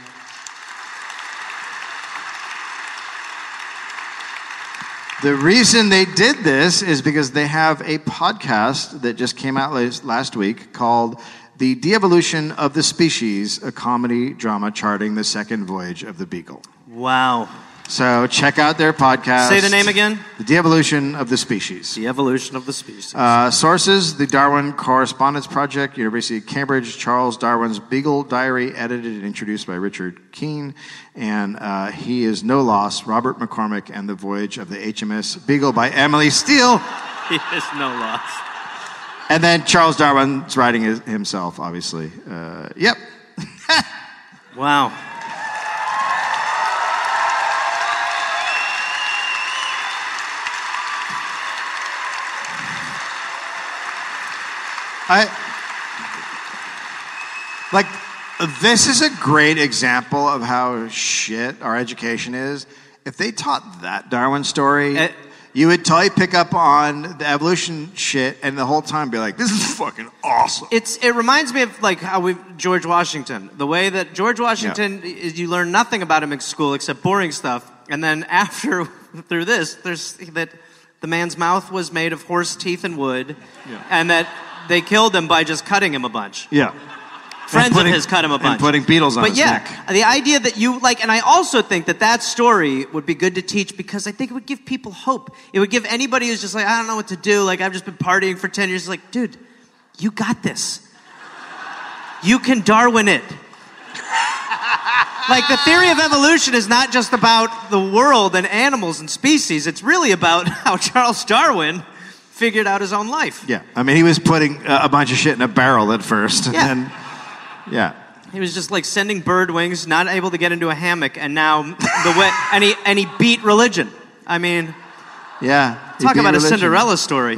Speaker 2: The reason they did this is because they have a podcast that just came out las- last week called The De-Evolution of the Species, a comedy drama charting the second voyage of the beagle.
Speaker 1: Wow.
Speaker 2: So check out their podcast.
Speaker 1: Say the name again.
Speaker 2: The De-Evolution of the Species.
Speaker 1: The evolution of the species.
Speaker 2: Uh, sources, the Darwin Correspondence Project, University of Cambridge, Charles Darwin's Beagle Diary, edited and introduced by Richard Keene. And uh, he is no loss, Robert McCormick and the Voyage of the HMS Beagle by Emily Steele.
Speaker 1: he is no loss.
Speaker 2: And then Charles Darwin's writing his, himself, obviously. Uh, yep.
Speaker 1: Wow.
Speaker 2: I like this is a great example of how shit our education is. If they taught that Darwin story,
Speaker 1: Eh.
Speaker 2: you would totally pick up on the evolution shit and the whole time be like, "This is fucking awesome."
Speaker 1: It's it reminds me of like how we George Washington. The way that George Washington is you learn nothing about him in school except boring stuff. And then after through this, there's that the man's mouth was made of horse teeth and wood. And that they killed him by just cutting him a bunch.
Speaker 2: yeah,
Speaker 1: friends
Speaker 2: And putting-
Speaker 1: of his cut him a
Speaker 2: and
Speaker 1: bunch.
Speaker 2: putting beetles on
Speaker 1: But
Speaker 2: his
Speaker 1: yeah,
Speaker 2: neck.
Speaker 1: the idea that you like, and I also think that that story would be good to teach because I think it would give people hope. It would give anybody who's just like, I don't know what to do. Like I've just been partying for ten years. Like, dude, you got this. You can Darwin it. Like the theory of evolution is not just about the world and animals and species. It's really about how Charles Darwin figured out his own life.
Speaker 2: yeah. I mean, he was putting uh, a bunch of shit in a barrel at first,
Speaker 1: Yeah.
Speaker 2: and then, yeah.
Speaker 1: He was just like sending bird wings, not able to get into a hammock, and now the way and he and he beat religion. I mean,
Speaker 2: Yeah.
Speaker 1: talk
Speaker 2: It'd be
Speaker 1: about a
Speaker 2: religion.
Speaker 1: Cinderella story.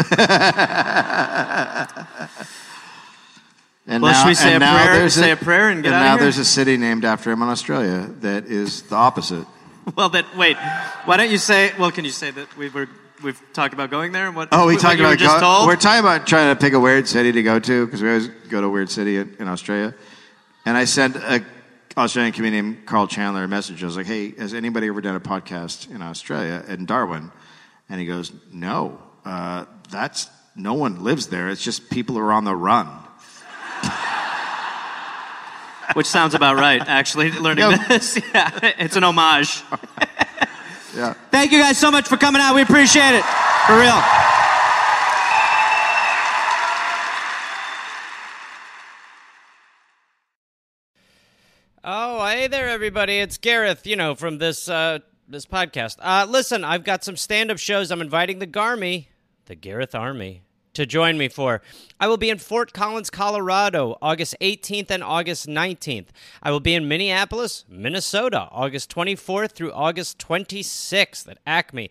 Speaker 2: And
Speaker 1: Well,
Speaker 2: now,
Speaker 1: should we say
Speaker 2: and
Speaker 1: a
Speaker 2: now
Speaker 1: prayer-
Speaker 2: there's
Speaker 1: say a prayer and get outta
Speaker 2: now
Speaker 1: here?
Speaker 2: there's a city named after him in Australia that is the opposite.
Speaker 1: well, that wait, why don't you say? Well, can you say that we were we've talked about going there? and What?
Speaker 2: Oh, we
Speaker 1: what
Speaker 2: talked
Speaker 1: you were
Speaker 2: about
Speaker 1: just
Speaker 2: go-
Speaker 1: told?
Speaker 2: we're talking about trying to pick a weird city to go to because we always go to a weird city in, in Australia. And I sent a Australian comedian named Carl Chandler a message. I was like, "Hey, has anybody ever done a podcast in Australia in Darwin?" And he goes, "No, uh, that's no one lives there. It's just people who are on the run."
Speaker 4: which sounds about right, actually, learning
Speaker 2: Yep.
Speaker 4: this. Yeah, it's an homage.
Speaker 2: Yeah.
Speaker 4: Thank you guys so much for coming out. We appreciate it. For real.
Speaker 6: Oh, hey there, everybody. It's Gareth, you know, from this uh, this podcast. Uh, listen, I've got some stand up shows I'm inviting the Garmy, the Gareth Army, to join me for. I will be in Fort Collins, Colorado, August 18th and August 19th. I will be in Minneapolis, Minnesota, August 24th through August 26th at Acme.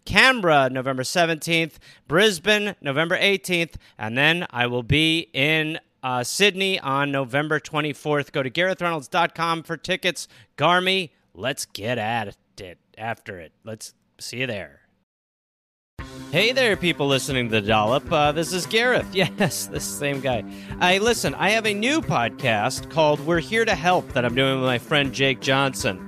Speaker 6: Canberra, November 17th, Brisbane, November 18th, and then I will be in uh, Sydney on November 24th. Go to GarethReynolds.com for tickets. Garmy, let's get at it after it. Let's see you there. Hey there, people listening to the Dollop. Uh, this is Gareth. Yes, this same guy. I listen. I have a new podcast called "We're Here to Help" that I'm doing with my friend Jake Johnson.